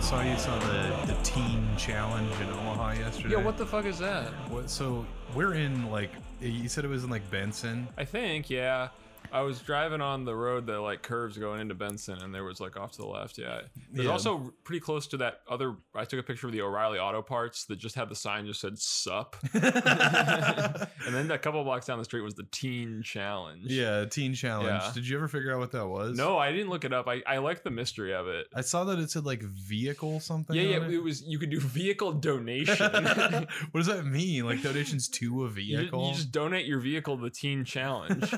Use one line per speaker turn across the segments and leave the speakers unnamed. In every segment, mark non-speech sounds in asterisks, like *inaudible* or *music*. saw you saw the, the teen challenge in Omaha yesterday.
Yo, what the fuck is that?
What, so we're in like you said it was in like
*laughs*
Benson.
I think, yeah. I was driving on the road that like curves going into Benson, and there was like off to the left. Yeah, there's
Yeah.
also pretty close to that other. I took a picture of the O'Reilly Auto Parts that just had the sign just said *laughs* "Sup," and then a couple blocks down the street was the Teen Challenge.
Yeah, teen challenge.
Yeah.
Did you ever figure out what that was?
No, I didn't look it up. I I like the mystery of it.
I saw that it said like vehicle something.
Yeah,
on
yeah.
it. *laughs*
It was you could do vehicle *laughs* donation.
what does that mean? Like donations to a
*laughs* You ju- You,
vehicle?
just donate your vehicle to the
*laughs*
teen challenge.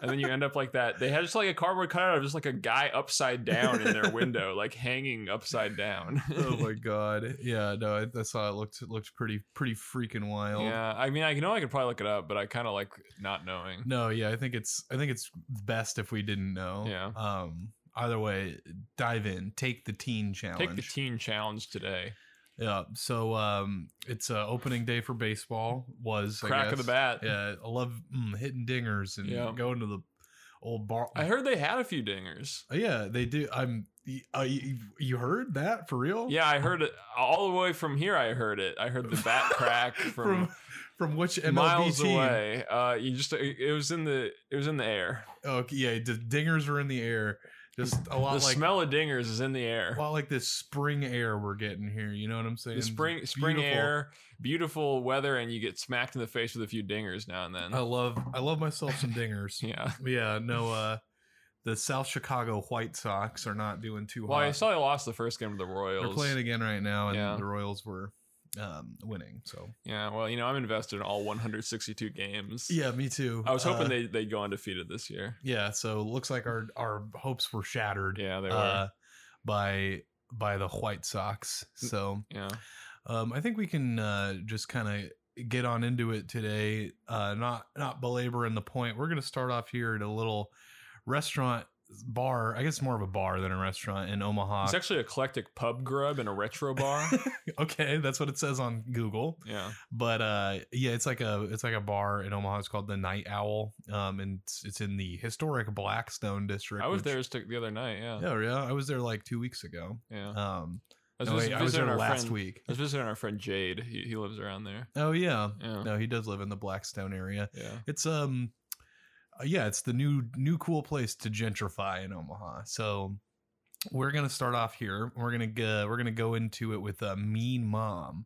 and then you end up like that. They had just like a cardboard cutout of just like a guy upside down in their
*laughs*
window, like hanging upside down. *laughs*
oh my god. Yeah, no, I, I saw it looked it looked pretty pretty freaking wild.
yeah. I mean, I know I could probably look it up, but I kind of like not knowing.
No, yeah, I think it's I think it's best if we didn't know.
Yeah.
Um either way, dive in. Take the teen challenge.
Take the teen challenge today.
yeah. So um it's uh, opening day for baseball was I
Crack of the
guess.
bat.
Yeah, I love mm, hitting dingers and
Yeah.
going to the old bar. Uh,
I heard they had a few dingers.
yeah, they do. I'm. Uh, you, you heard that for real?
Yeah, I heard it all the way from here. I heard it. I heard the
*laughs*
bat crack
from
from,
from which MLB
miles
team?
away. Uh, you just it was in the it was in the air.
Oh yeah, the dingers are in the air. Just a lot
The
like
smell of dingers is in the air.
*laughs* a lot like this spring air we're getting here. You know what I'm saying?
the spring spring
Beautiful.
air, beautiful weather, and you get smacked in the face with a few dingers now and then.
I love I love myself
*laughs*
some dingers.
yeah.
yeah, no. uh The South Chicago White Sox are not doing too
Well, I
hot.
saw they lost the first game to the Royals.
They're playing again right now, and
Yeah.
the Royals were um winning. So
Yeah. Well, you know, I'm invested in all 162 games.
yeah, me too.
I was hoping
Uh,
they they'd go undefeated this year.
Yeah, so it looks like our our hopes were shattered.
Yeah, they were.
uh, by by the White Sox. So
yeah.
Um, I think we can uh, just kind of get on into it today. Uh, not not belaboring the point. We're going to start off here at a little restaurant bar. I guess more of a bar than a restaurant in Omaha.
It's actually eclectic pub grub and a retro bar.
*laughs* okay, that's what it says on Google.
yeah.
But uh, yeah, it's like a it's like a bar in Omaha. It's called the Night Owl. Um, and it's, it's in the historic Blackstone district.
I was
which-
there uh, just the other night. Yeah. Yeah.
Yeah, yeah, I was there like two weeks ago. Um,
Uh, I was,
no,
vis-
wait, I was
visiting
there
our
last
friend-
week.
I was visiting our friend Jade. He, he lives around there.
Oh yeah. *laughs*
Yeah.
No, he does live in the Blackstone area.
Yeah.
It's um, uh, yeah, it's the new new cool place to gentrify in Omaha. So we're gonna start off here. We're gonna go, we're gonna go into it with uh, Mean Mom,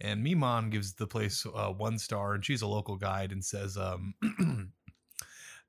and Mean Mom gives the place uh, one star, and she's a local guide and says um. *clears throat*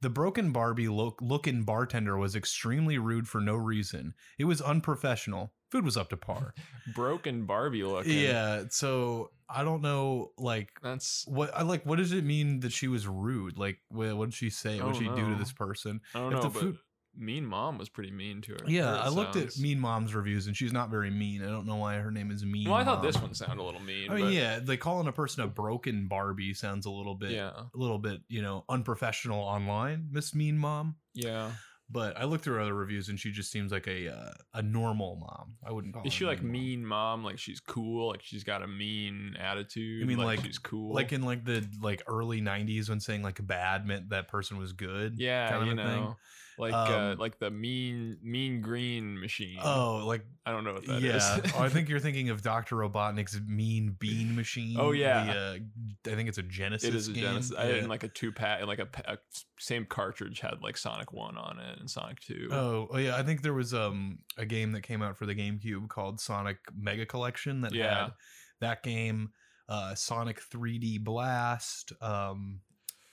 The broken Barbie lo- looking bartender was extremely rude for no reason. It was unprofessional. Food was up to par.
Broken Barbie looking.
Yeah, so I don't know, like
That's
what I like. What does it mean that she was rude? Like, wha- what did she say? What did
I
she
don't
do to
know.
this person?
I
If
don't know,
the
but
food-
Mean Mom was pretty mean to her.
Yeah,
her it
I looked at
sounds.
Mean Mom's reviews, and she's not very mean. I don't know why her name is Mean.
Well, I thought
Mom.
this one sounded a little mean.
I mean,
but yeah,
yeah, like calling a person a broken Barbie sounds a little bit,
yeah,
a little bit, you know, unprofessional online. Miss Mean Mom.
yeah.
But I looked through her other reviews, and she just seems like a uh, a normal mom. I wouldn't call.
Is
her
she
a
like
Mom.
mean mom? Like she's cool. Like she's got a mean attitude.
You mean like-
she's cool?
Like in like the like early '90s when saying like bad meant that person was good.
yeah,
kind of
you
a thing?
know, like uh,
Um,
like the mean mean green machine.
Oh, like
I don't know what that is.
yeah,
*laughs*
oh, I think you're thinking of Doctor Robotnik's Mean Bean Machine.
Oh, yeah.
the, uh, I think it's a Genesis.
it is a
game.
Genesis. I
Yeah.
had in like a two pack, like a, pa- a same cartridge had like Sonic One on it and Sonic Two.
Oh, oh, yeah, I think there was um a game that came out for the GameCube called Sonic Mega Collection that
Yeah.
had that game, uh, Sonic 3D Blast, um,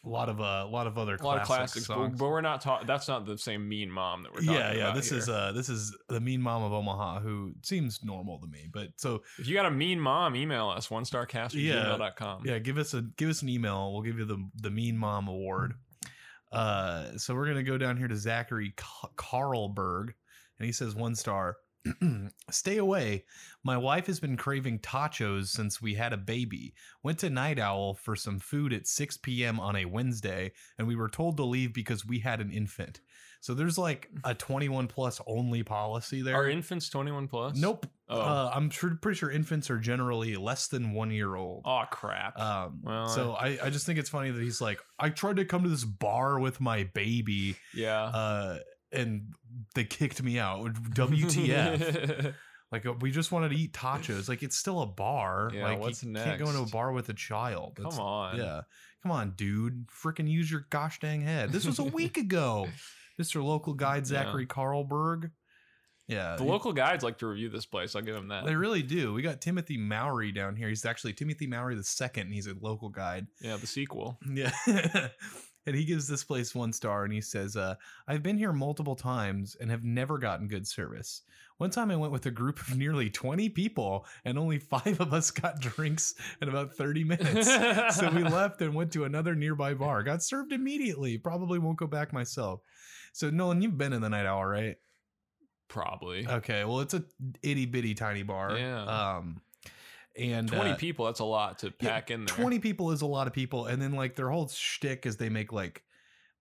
a lot of uh, a lot of other
a lot
classic
of classics, but,
songs.
but we're not talking. That's not the same mean mom that we're talking
yeah,
about.
yeah. This is
here.
uh, this is the mean mom of Omaha who seems normal to me, but so
If you got a mean mom, email us one star cast
Yeah.
gmail.com.
yeah give us a give us an email we'll give you the the mean mom award uh so we're gonna go down here to zachary Ca- carlberg and he says one star *clears throat* stay away my wife has been craving tacos since we had a baby went to night owl for some food at 6 p.m on a wednesday and we were told to leave because we had an infant so there's like a 21 plus only policy there
Are infants 21 plus?
nope
Oh,
uh, i'm sure, pretty sure infants are generally less than one year old
Aw, crap.
um,
Well,
so I, I just think it's funny that he's like, I tried to come to this bar with my baby,
yeah. *laughs*
uh, and they kicked me out. WTF? Like we just wanted to eat tacos. Like it's still a bar.
Yeah,
like
what's
you can't go into a
next?
bar with a child.
Come
That's-
on.
Yeah. Come on, dude. Freaking use your gosh dang head. This
*laughs*
was a week ago. Mr. Local Guide Zachary Carlberg. Yeah.
The
he-
local guides like to review this place. I'll give them that.
They really do. We got Timothy Mowry down here. He's actually Timothy Mowry the second, and he's a local guide.
yeah, the sequel.
Yeah. *laughs* and he gives this place one star and he says, uh, I've been here multiple times and have never gotten good service. One time I went with a group of nearly 20 people and only five of us got drinks in about 30 minutes.
*laughs*
so we left and went to another nearby bar. Got served immediately. Probably won't go back myself. So Nolan, you've been in the night owl, right?
Probably.
Okay. Well, it's a itty bitty tiny bar.
Yeah.
Um, and
20
uh,
people, that's a lot to
yeah,
pack in there.
20 people is a lot of people. And then like their whole shtick is they make like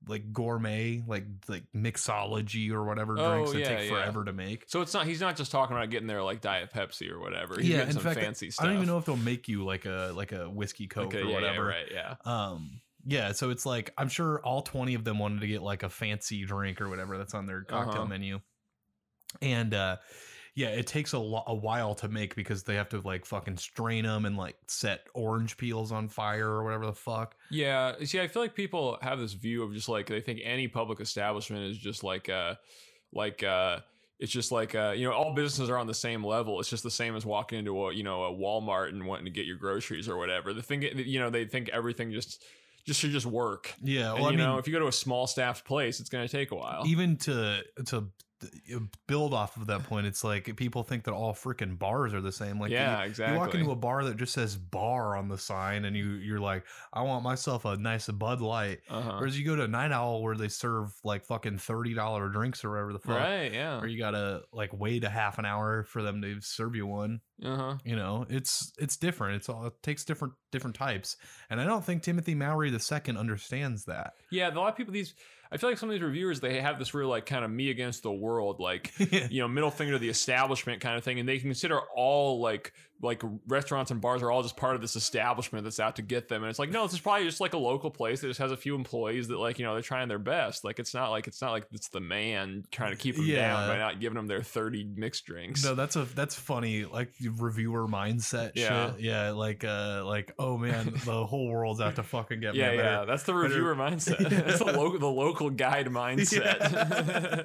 like gourmet, like like mixology or whatever
Oh,
drinks that
yeah,
take
yeah.
forever to make.
So it's not he's not just talking about getting there like Diet Pepsi or whatever. He's
Yeah,
getting
in
some
fact,
fancy stuff.
I don't even know if they'll make you like a like a whiskey coke
Okay,
or
yeah, yeah,
whatever.
right, yeah.
Um yeah, so it's like I'm sure all 20 of them wanted to get like a fancy drink or whatever that's on their cocktail
Uh-huh.
menu. And uh yeah, it takes a lo- a while to make because they have to like fucking strain them and like set orange peels on fire or whatever the fuck.
Yeah. See, I feel like people have this view of just like they think any public establishment is just like uh like uh it's just like uh, you know, all businesses are on the same level. It's just the same as walking into a you know a Walmart and wanting to get your groceries or whatever. The thing you know, they think everything just just should just work.
Yeah,
And,
well, I
you
mean,
know, if you go to a small staffed place, it's going to take a while.
even to to build off of that point, it's like people think that all freaking bars are the same. Like,
yeah,
you,
exactly.
you walk into a bar that just says bar on the sign, and you you're like, I want myself a nice Bud Light.
uh-huh.
Whereas you go to Night Owl where they serve like fucking thirty dollar drinks or whatever the fuck,
right? Yeah.
or you gotta like wait a half an hour for them to serve you one.
Uh huh.
You know, it's it's different. It's all it takes different different types, and I don't think Timothy Mowry the second understands that. *laughs*
Yeah, a lot of people these I feel like some of these reviewers they have this real like kind of me against the world like you know middle finger to the establishment kind of thing and they consider all like like restaurants and bars are all just part of this establishment that's out to get them and it's like no this is probably just like a local place that just has a few employees that like you know they're trying their best like it's not like it's not like it's the man trying to keep them down
Yeah.
by not giving them their 30 mixed drinks
No, that's a that's funny, like reviewer mindset
Yeah.
shit. Yeah, like uh like oh man, the
*laughs*
whole world's out to fucking get me.
yeah
I
yeah
better-
that's the
better-
reviewer mindset
*laughs*
that's the local the local guide
*laughs*
mindset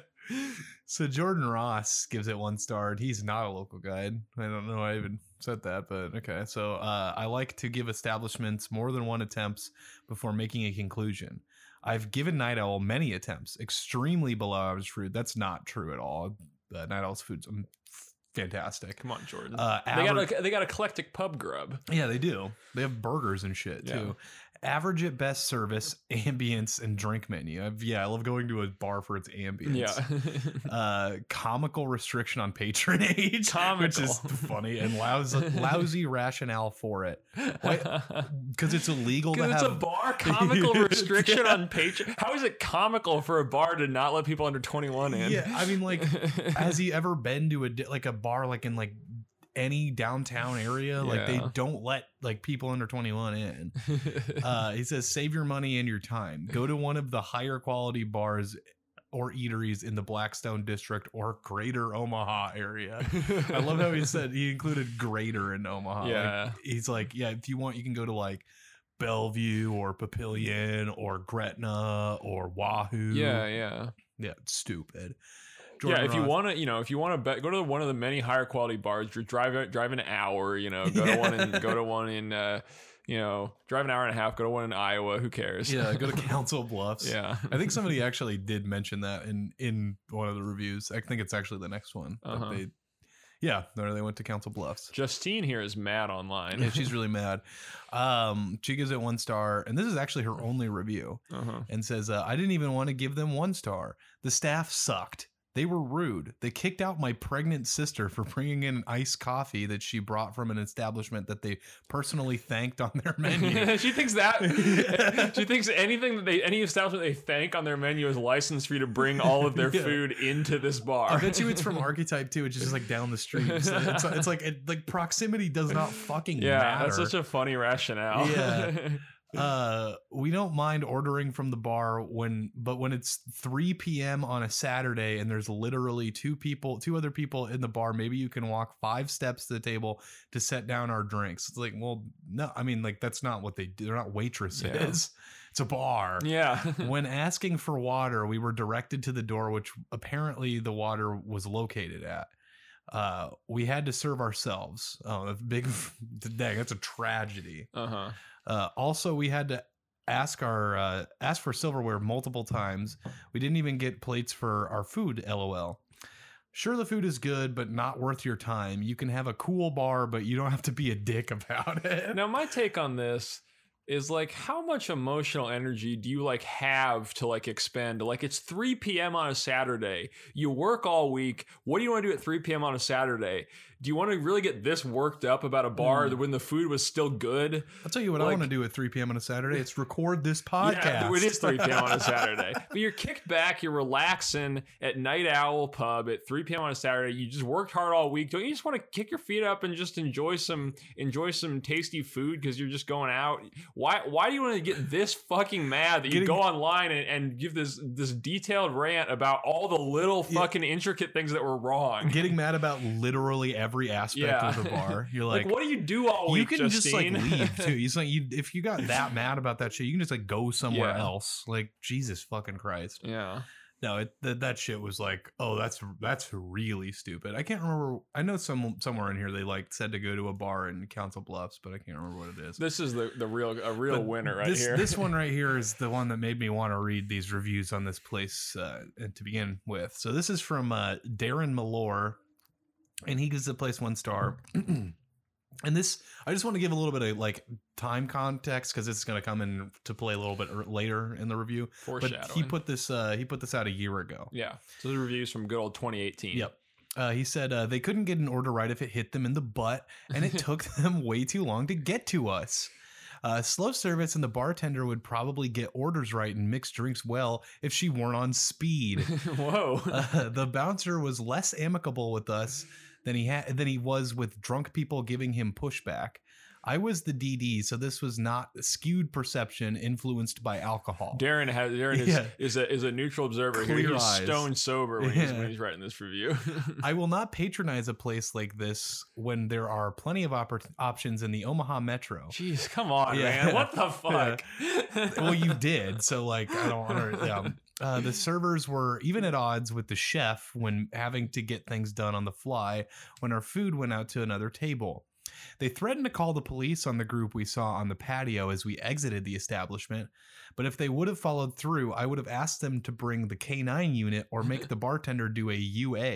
So Jordan Ross gives it one star and he's not a local guide. I don't know I even said that, but okay. So uh I like to give establishments more than one attempts before making a conclusion. I've given Night Owl many attempts, extremely below average food. That's not true at all. Uh, Night Owl's food's um, f- fantastic.
*laughs* come on jordan
Uh,
they
average-
got a, they got eclectic pub grub.
Yeah, they do. They have burgers and shit
Yeah.
too. Average at best service, *laughs* ambience, and drink menu. I've, yeah, I love going to a bar for its ambience.
*laughs*
Uh, comical restriction on patronage, *laughs* which is
Comical. *laughs*
funny and lousy, lousy rationale for it
*laughs*
because it's illegal to
Because it's
have.
a
*laughs*
bar comical restriction
Yeah.
on Patreon. How is it comical for a bar to not let people under 21 in?
yeah, I mean,
*laughs*
like, has he ever been to a di- like a bar like in like any downtown area? Like they
Yeah.
don't let like people under twenty one in. uh, he says, save your money and your time. Go to one of the higher quality bars or eateries in the Blackstone district or greater Omaha area. I love how
*laughs*
he said he included greater in Omaha. Like,
Yeah.
he's like, yeah, if you want, you can go to like Bellevue or Papillion or Gretna or Wahoo.
Yeah, yeah.
Yeah, it's stupid.
yeah,
Jordan
if you
Ross-
want to, you know, if you want to be- go to one of the many higher quality bars, dr- drive drive an hour, you know, go to one in go to one in uh, you know, drive an hour and a half, go to one in Iowa, who cares?
Yeah,
*laughs*
go to Council Bluffs.
yeah.
I think somebody actually did mention that in in one of the reviews. I think it's actually the next one. that
Uh-huh.
They, yeah, no, they went to Council Bluffs.
Justine here is mad online.
Yeah, she's really mad. Um, she gives it one star, and this is actually her only review,
uh-huh.
and says, uh, "I didn't even want to give them one star. The staff sucked. They were rude. They kicked out my pregnant sister for bringing in iced coffee that she brought from an establishment that they personally thanked on their menu."
*laughs* she
*laughs*
thinks that she thinks anything that they any establishment they thank on their menu is licensed for you to bring all of their
*laughs* Yeah.
food into this bar.
I bet you it's from Archetype too, which is just like down the street. So it's, it's like it, like proximity does not fucking
*laughs* yeah,
matter.
that's such a funny rationale.
Yeah. uh, we don't mind ordering from the bar when, but when it's 3 p.m. on a Saturday and there's literally two people, two other people in the bar, maybe you can walk five steps to the table to set down our drinks. It's like, well, no, I mean, like that's not what they do. They're not waitresses.
Yeah.
It's a bar.
*laughs* Yeah.
*laughs* When asking for water, we were directed to the door, which apparently the water was located at. Uh, we had to serve ourselves. Oh, that's big. *laughs* Dang, that's a tragedy.
Uh huh.
Uh, also, we had to ask our uh, ask for silverware multiple times. We didn't even get plates for our food. LOL. Sure, the food is good, but not worth your time. You can have a cool bar, but you don't have to be a dick about it.
Now, my take on this is like, how much emotional energy do you like have to like expend? Like, it's 3 p.m. on a Saturday. You work all week. What do you want to do at 3 p.m. on a Saturday? Do you want to really get this worked up about a bar
Mm.
when the food was still good?
I'll tell you what I
Like-
want to do at 3 p.m. on a Saturday. It's record this podcast.
*laughs* Yeah, it is 3 p.m. on
*laughs*
a Saturday. But you're kicked back, you're relaxing at Night Owl Pub at 3 p.m. on a Saturday. You just worked hard all week. Don't you just want to kick your feet up and just enjoy some enjoy some tasty food because you're just going out? Why why do you want to get this fucking mad that you
Getting-
go online and, and give this this detailed rant about all the little
Yeah.
fucking intricate things that were wrong?
Getting mad about literally every aspect of the
Yeah.
bar. You're
*laughs* like,
like,
what do you do all
you
week?
can
Justine?
just like leave too. It's like you if you got that mad about that shit, you can just like go somewhere
Yeah.
else. Like Jesus fucking Christ.
*laughs* yeah.
No, it, that that shit was like, oh, that's that's really stupid. I can't remember. I know some somewhere in here they like said to go to a bar in Council Bluffs, but I can't remember what it is.
This is the, the real a real
But
winner right
this,
here. *laughs*
This one right here is the one that made me want to read these reviews on this place uh, to begin with. So this is from uh, Darren Malore, and he gives the place one star. *clears throat* and this, I just want to give a little bit of like time context because it's going to come in to play a little bit er- later in the review.
foreshadowing.
But he put this uh, he put this out a year ago.
Yeah. So the reviews from good old 2018.
Yep. Uh, he said uh, they couldn't get an order right if it hit them in the butt, and it took them way too long to get to us. Uh, slow service and the bartender would probably get orders right and mix drinks well if she weren't on
*laughs*
speed.
*laughs* Whoa.
*laughs* Uh, the bouncer was less amicable with us than he had than he was with drunk people giving him pushback. I was the DD, so this was not skewed perception influenced by alcohol.
Darren has Darren is,
Yeah.
is a is a neutral observer here.
Clear
He's
eyes.
stone sober when, he's,
Yeah.
when he's writing this review. *laughs*
I will not patronize a place like this when there are plenty of oppor- options in the Omaha Metro.
Jeez, come
*laughs*
on,
Yeah.
man! What the fuck?
well, you did. So, like, I don't want to. Yeah. Uh, the servers were even at odds with the chef when having to get things done on the fly when our food went out to another table. They threatened to call the police on the group we saw on the patio as we exited the establishment, but if they would have followed through, I would have asked them to bring the K9 unit or make the bartender do a UA,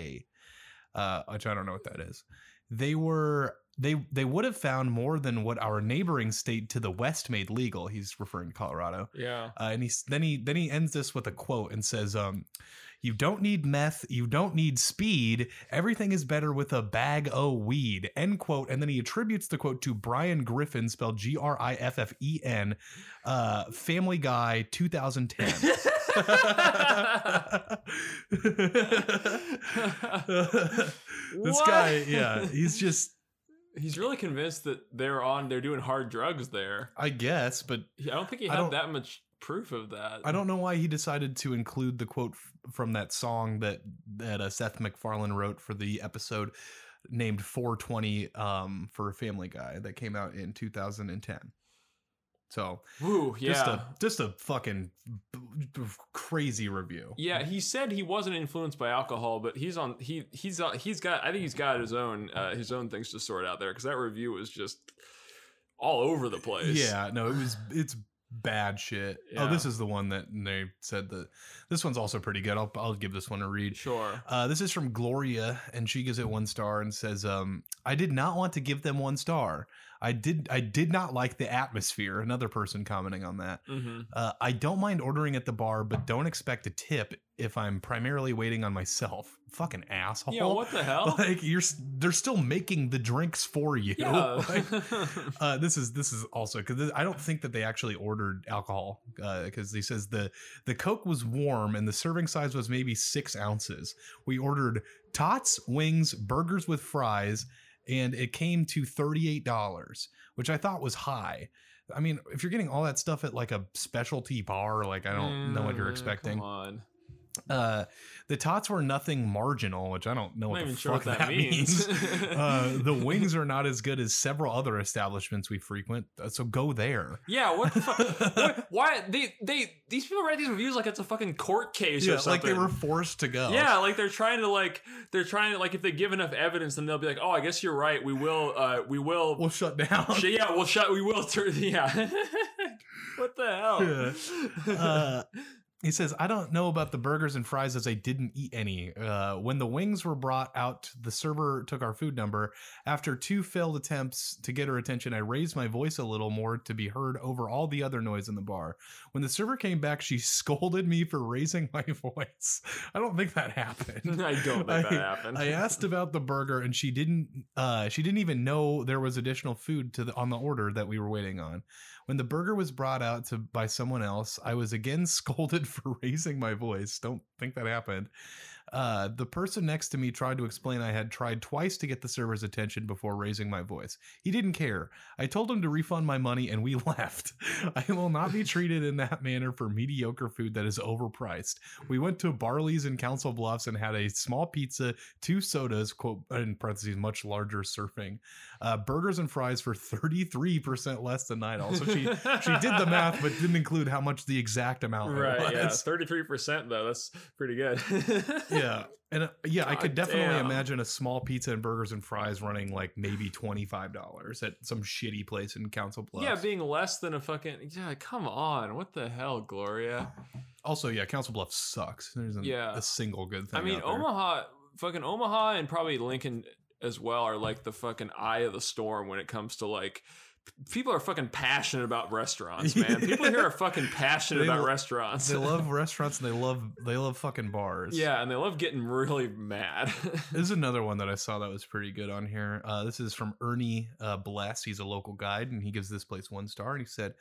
uh, which I don't know what that is. They were they they would have found more than what our neighboring state to the west made legal. He's referring to Colorado.
*laughs*
*laughs*
yeah.
Uh, and he then he then he ends this with a quote and says, um, "You don't need meth. You don't need speed. Everything is better with a bag o' weed." End quote. And then he attributes the quote to Brian Griffin, spelled G R I F F E N, uh, Family Guy, *laughs*
*laughs*
2010. this
What?
guy, yeah, he's just,
He's really convinced that they're on. They're doing hard drugs there.
I guess, but
I don't think he
I
had
don't-
that much proof of that.
I don't know why he decided to include the quote f- from that song that that uh, Seth MacFarlane wrote for the episode named 420 um, for Family Guy that came out in 2010. So
Woo, yeah.
just a just a fucking b- b- crazy review.
Yeah, he said he wasn't influenced by alcohol, but he's on he he's on he's got I think he's got his own uh, his own things to sort out there because that review was just all over the place.
Yeah, no, it was it's bad shit. Oh,
Yeah.
this is the one that they said that this one's also pretty good. I'll I'll give this one a read.
sure.
Uh, this is from Gloria, and she gives it one star and says, um, "I did not want to give them one star. I did. I did not like the atmosphere." Another person commenting on that.
hmm
Uh, I don't mind ordering at the bar, but don't expect a tip if I'm primarily waiting on myself. Fucking asshole!
Yeah, what the hell?
*laughs* Like you're, s- they're still making the drinks for you.
yeah.
*laughs* Like,
*laughs*
uh, this is this is also because I don't think that they actually ordered alcohol because he says the the coke was warm and the serving size was maybe six ounces. We ordered tots, wings, burgers with fries, and it came to thirty eight dollars, which I thought was high. I mean, if you're getting all that stuff at like a specialty bar, like I don't know what you're
Mm,
expecting.
Come on.
Uh, the tots were nothing marginal, which I don't know what
I'm not
the
even
fuck
sure what
that, *laughs*
that,
means.
means. *laughs*
uh, the wings are not as good as several other establishments we frequent, uh, so go there.
yeah, what the fuck?
*laughs*
What, why they they these people write these reviews like it's a fucking court case or
Yeah,
something?
like they were forced to go.
Yeah, like they're trying to like they're trying to like if they give enough evidence, then they'll be like, oh, I guess you're right. We will. uh We
*laughs*
will.
we'll *laughs* shut down.
sh- yeah, we'll shut. We will turn. *laughs* Yeah. what the *laughs* hell?
Uh, he says, I don't know about the burgers and fries as I didn't eat any. Uh, when the wings were brought out, the server took our food number. After two failed attempts to get her attention, I raised my voice a little more to be heard over all the other noise in the bar. When the server came back, she *laughs* scolded me for raising my *laughs* voice. I don't think that happened.
I
*laughs*
don't think that
Uh, I-
happened.
I asked about the burger and she didn't uh she didn't even know there was additional food to the, on the order that we were waiting on. When the burger was brought out to by someone else, I was again *laughs* scolded for raising my voice. Don't think that happened. Uh, the person next to me tried to explain I had tried twice to get the server's attention before raising my voice. He didn't care. I told him to refund my money and we *laughs* left. I will not be treated in that manner for mediocre food that is overpriced. We went to Barley's in Council Bluffs and had a small pizza, two sodas, quote, in parentheses, much larger surfing, uh, burgers and fries for 33% less than night. Also, she. She did the math, but didn't include how much the exact amount
Right, yeah,
was. *laughs*
thirty-three percent though. That's pretty good. *laughs*
yeah and uh, yeah i could
God
definitely
damn.
imagine a small pizza and burgers and fries running like maybe $25 at some shitty place in council bluffs
yeah, being less than a fucking yeah. Come on, what the hell, Gloria?
also yeah council bluffs sucks there isn't
Yeah.
a single good thing
I mean,
out there.
Omaha, fucking Omaha, and probably Lincoln as well are like the fucking eye of the storm when it comes to like p- people are fucking passionate about
*laughs*
restaurants, man. people here are fucking passionate
They
about
lo-
restaurants. *laughs*
they love restaurants and they love they love fucking bars
yeah, and they love getting really mad. *laughs*
This is another one that I saw that was pretty good on here. Uh, this is from Ernie uh, Bless. He's a local guide, and he gives this place one star. And he said,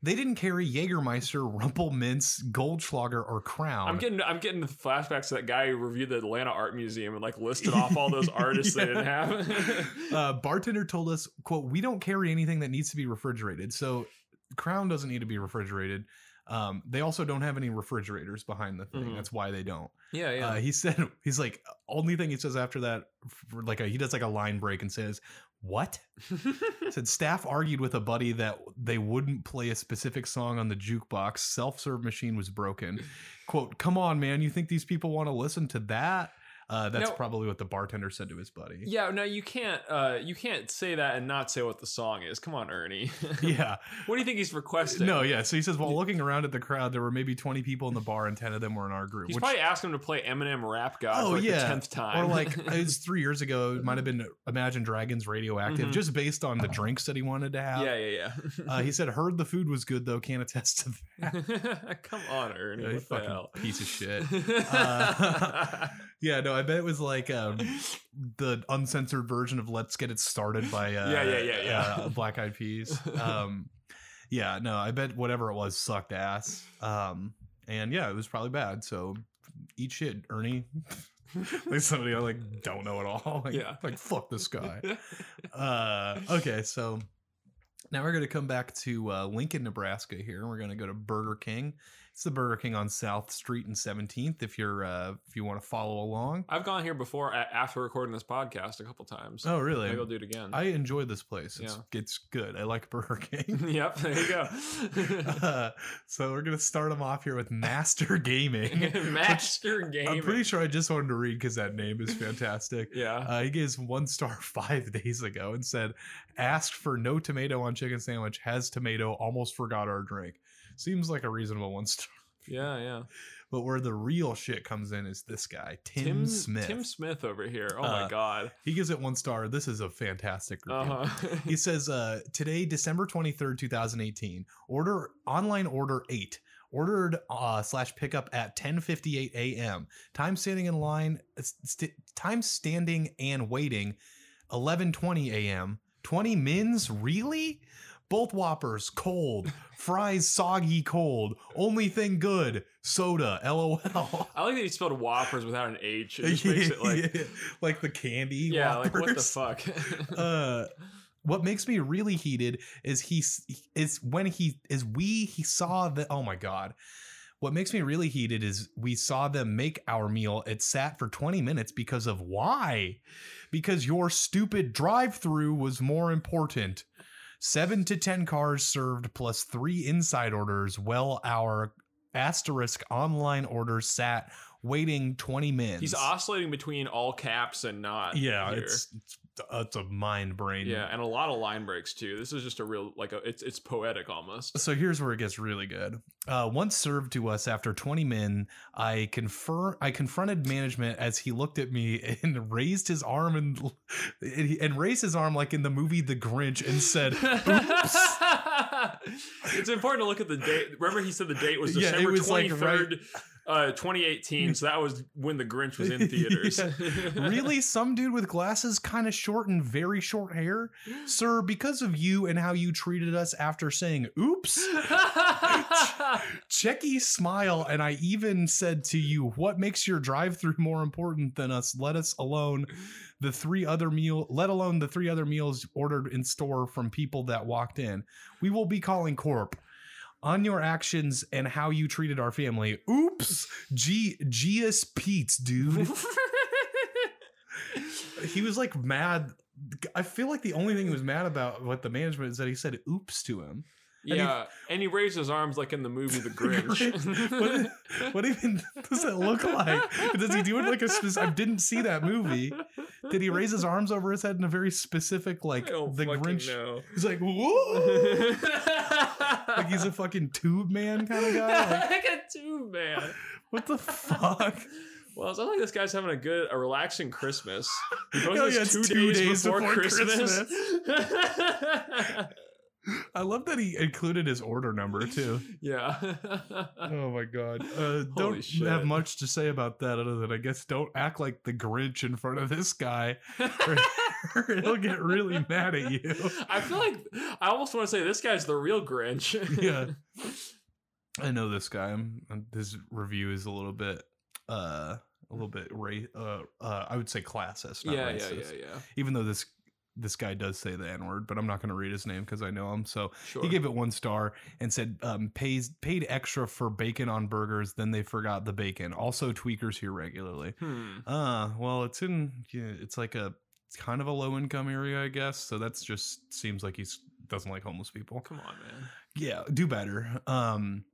"They didn't carry Jägermeister, Rumpelminz, Goldschlager, or Crown.
I'm getting I'm getting flashbacks to that guy who reviewed the Atlanta Art Museum and like listed off
*laughs*
all those artists they didn't have.
uh, bartender told us, "quote We don't carry anything that needs to be refrigerated, so Crown doesn't need to be refrigerated. Um, they also don't have any refrigerators behind the thing.
Mhm.
That's why they don't."
*laughs* yeah, yeah.
Uh, he said, *laughs* "He's like only thing he says after that, for like a, he does like a line break and says."
*laughs*
What said staff argued with a buddy that they wouldn't play a specific song on the jukebox. Self serve machine was broken. "Quote: Come on, man, you think these people want to listen to that?" Uh, that's
Now-
probably what the bartender said to his buddy.
*laughs* *laughs*
*laughs*
yeah, no, you can't uh you can't say that and not say what the song is. Come on, Ernie. *laughs*
yeah.
What do you think he's requesting?
No, yeah. So he says, while looking around at the crowd, there were maybe 20 people in the bar and 10 of them were in our group.
He's
which,
probably asking him to play Eminem Rap God
Oh,
for like the
yeah.
tenth time.
or
*laughs*
like, it was three years ago, it might have been Imagine Dragons Radioactive,
Mhm.
just based on the drinks that he wanted to have.
yeah, yeah,
*laughs* Uh, he said, heard the food was good, though. Can't attest to that.
yeah. *laughs* Come on, Ernie.
Yeah, you
what the
fucking
hell?
piece of shit. Uh, *laughs* Yeah, no, I bet it was like um, the uncensored version of Let's Get It Started by uh,
Yeah, yeah, yeah, yeah.
uh, Black Eyed
*laughs*
Peas. Um, yeah, no, I bet whatever it was sucked ass. Um, and yeah, it was probably bad. So eat shit, Ernie. *laughs* like somebody I like don't know at all. *laughs* Like,
Yeah.
like fuck this guy. Uh, okay, so now we're gonna come back to uh, Lincoln, Nebraska. Here, and we're gonna go to Burger King. It's the Burger King on South Street and Seventeenth. If you're uh, if you want to follow along.
*laughs* I've gone here before a- after recording this podcast a couple times.
Oh, really?
Maybe I'll do it again. *laughs*
I enjoy this place. It's it's good. I like Burger King. *laughs*
yep, there you go.
uh, so we're gonna start them off here with Master Gaming.
*laughs*
which
Master game.
I'm pretty sure I just wanted to read because that name is fantastic.
*laughs* Yeah.
Uh, he gave one star *laughs* five days ago and said, "Asked for no tomato on chicken sandwich. Has tomato. Almost forgot our drink. Seems like a reasonable one star. *laughs*
yeah, yeah.
But where the real shit comes in is this guy, Tim, Smith.
Tim Smith over here. Oh
Uh,
my god.
he gives it one star. This is a fantastic review.
Uh-huh.
He says, uh, today, December 23rd, 2018, order online order eight. Ordered uh, slash pickup at 10:58 a.m. Time standing in line, st- time standing and waiting, 11:20 a.m. 20 mins really? Both whoppers cold, fries soggy cold. Only thing good, soda. *laughs* LOL.
*laughs* I like that he spelled Whoppers without an
*laughs*
H. It just makes it like,
like the candy.
yeah, like what the
Whoppers.
fuck? *laughs*
Uh, what makes me really heated is he is when he is we he saw that oh my god what makes me really heated is we saw them make our meal. It sat for 20 minutes because of why? Because your stupid drive through was more important. Seven to 10 cars served plus three inside orders. Well, our asterisk online order sat waiting 20 minutes.
He's oscillating between all caps and not.
Yeah,
here.
it's, it's it's a mind brain.
yeah, and a lot of line breaks too. This is just a real like a, it's it's poetic almost.
So here's where it gets really good. Uh, once served to us after 20 men, I confer I confronted management as he looked at me *laughs* and raised his arm and and raised his arm like in the movie The Grinch and said,
*laughs*
"Oops."
it's important to look at the date. Remember, he said the date was
Yeah, it
December
was, like,
twenty third, uh, twenty eighteen. So that was when the
*laughs*
Grinch was in theaters. *laughs*
really, some dude with glasses, kind of short and very short hair, sir. Because of you and how you treated us after saying 'oops,' Checky smile, and I even said to you, "What makes your drive-through more important than us? Let us alone the three other meal, let alone the three other meals ordered in store from people that walked in. We will be calling Corp on your actions and how you treated our family. Oops, G GS Pete's
*laughs*
dude. he was like mad." I feel like the only thing he was mad about what the management is that he said oops to him. he-
yeah, and he raised his arms like in the
*laughs*
movie The Grinch.
What, what even *laughs* does that look like? Does he do it like a specific? I didn't see that movie. Did he raise his arms over his head in a very specific, like
*laughs* I don't
the
Oh, fucking
Grinch?
know.
He's like, whoa, like he's a fucking tube man kind of
*laughs*
guy. Like,
I got two, man.
what the fuck?
Well, it sounds like this guy's having a good, a relaxing Christmas. He
*laughs*
posted
Hell
this
Oh, yeah, it's
two,
two
days,
days
before,
before
Christmas.
I love that he included his order number too.
*laughs* yeah. *laughs*
Oh my god! Uh,
Holy
don't
shit.
have much to say about that other than I guess don't act like the Grinch in front of this guy, *laughs* or, or he'll get really mad at you.
I feel like I almost want to say this guy's the real Grinch.
*laughs*
*laughs*
Yeah. I know this guy. I'm, I'm- his review is a little bit, uh, a little bit ra- uh, uh, I would say classist, not
yeah, yeah,
racist.
yeah, yeah.
Even though this this guy does say the n word, but I'm not going to read his name because I know him. So
Sure.
he gave it one star and said, um, "Pays paid extra for bacon on burgers. Then they forgot the bacon. Also, tweakers here regularly.
hmm.
Uh, well, it's in yeah, it's like a it's kind of a low income area, I guess. So that's just seems like he's doesn't like homeless people.
Come on, man.
Yeah, do better. Um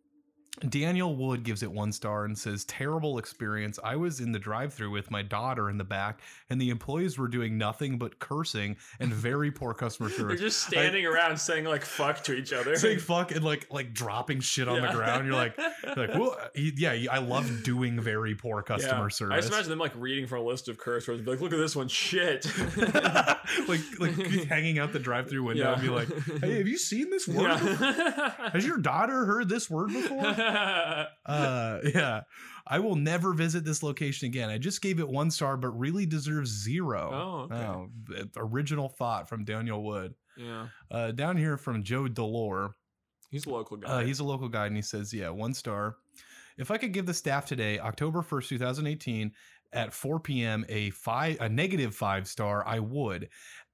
Daniel Wood gives it one star and says, Terrible experience. I was in the drive thru with my daughter in the back, and the employees were doing nothing but cursing and very poor customer
*laughs* They're
service.
just standing around saying like "fuck" to each other.
saying fuck and like like dropping shit on
Yeah.
the ground. You're like, like, well, yeah, I love doing very poor customer
*laughs* Yeah. I
service.
just imagine them like reading from a list of curse words, be like, "Look at this one, shit."
*laughs* like
*laughs*
like hanging out the drive through window and be like, Hey, have you seen this word? before?
*laughs* yeah.
Has your daughter heard this word
*laughs*
before?
Oh,
uh *laughs* yeah i will never visit this location again i just gave it one star but really deserves zero
oh, okay.
th- original thought from daniel wood
yeah.
uh down here from joe delore
He's a local guy.
uh he's a local guide and he says yeah one star if i could give the staff today october 1st 2018 at 4 p.m a five a negative five star i would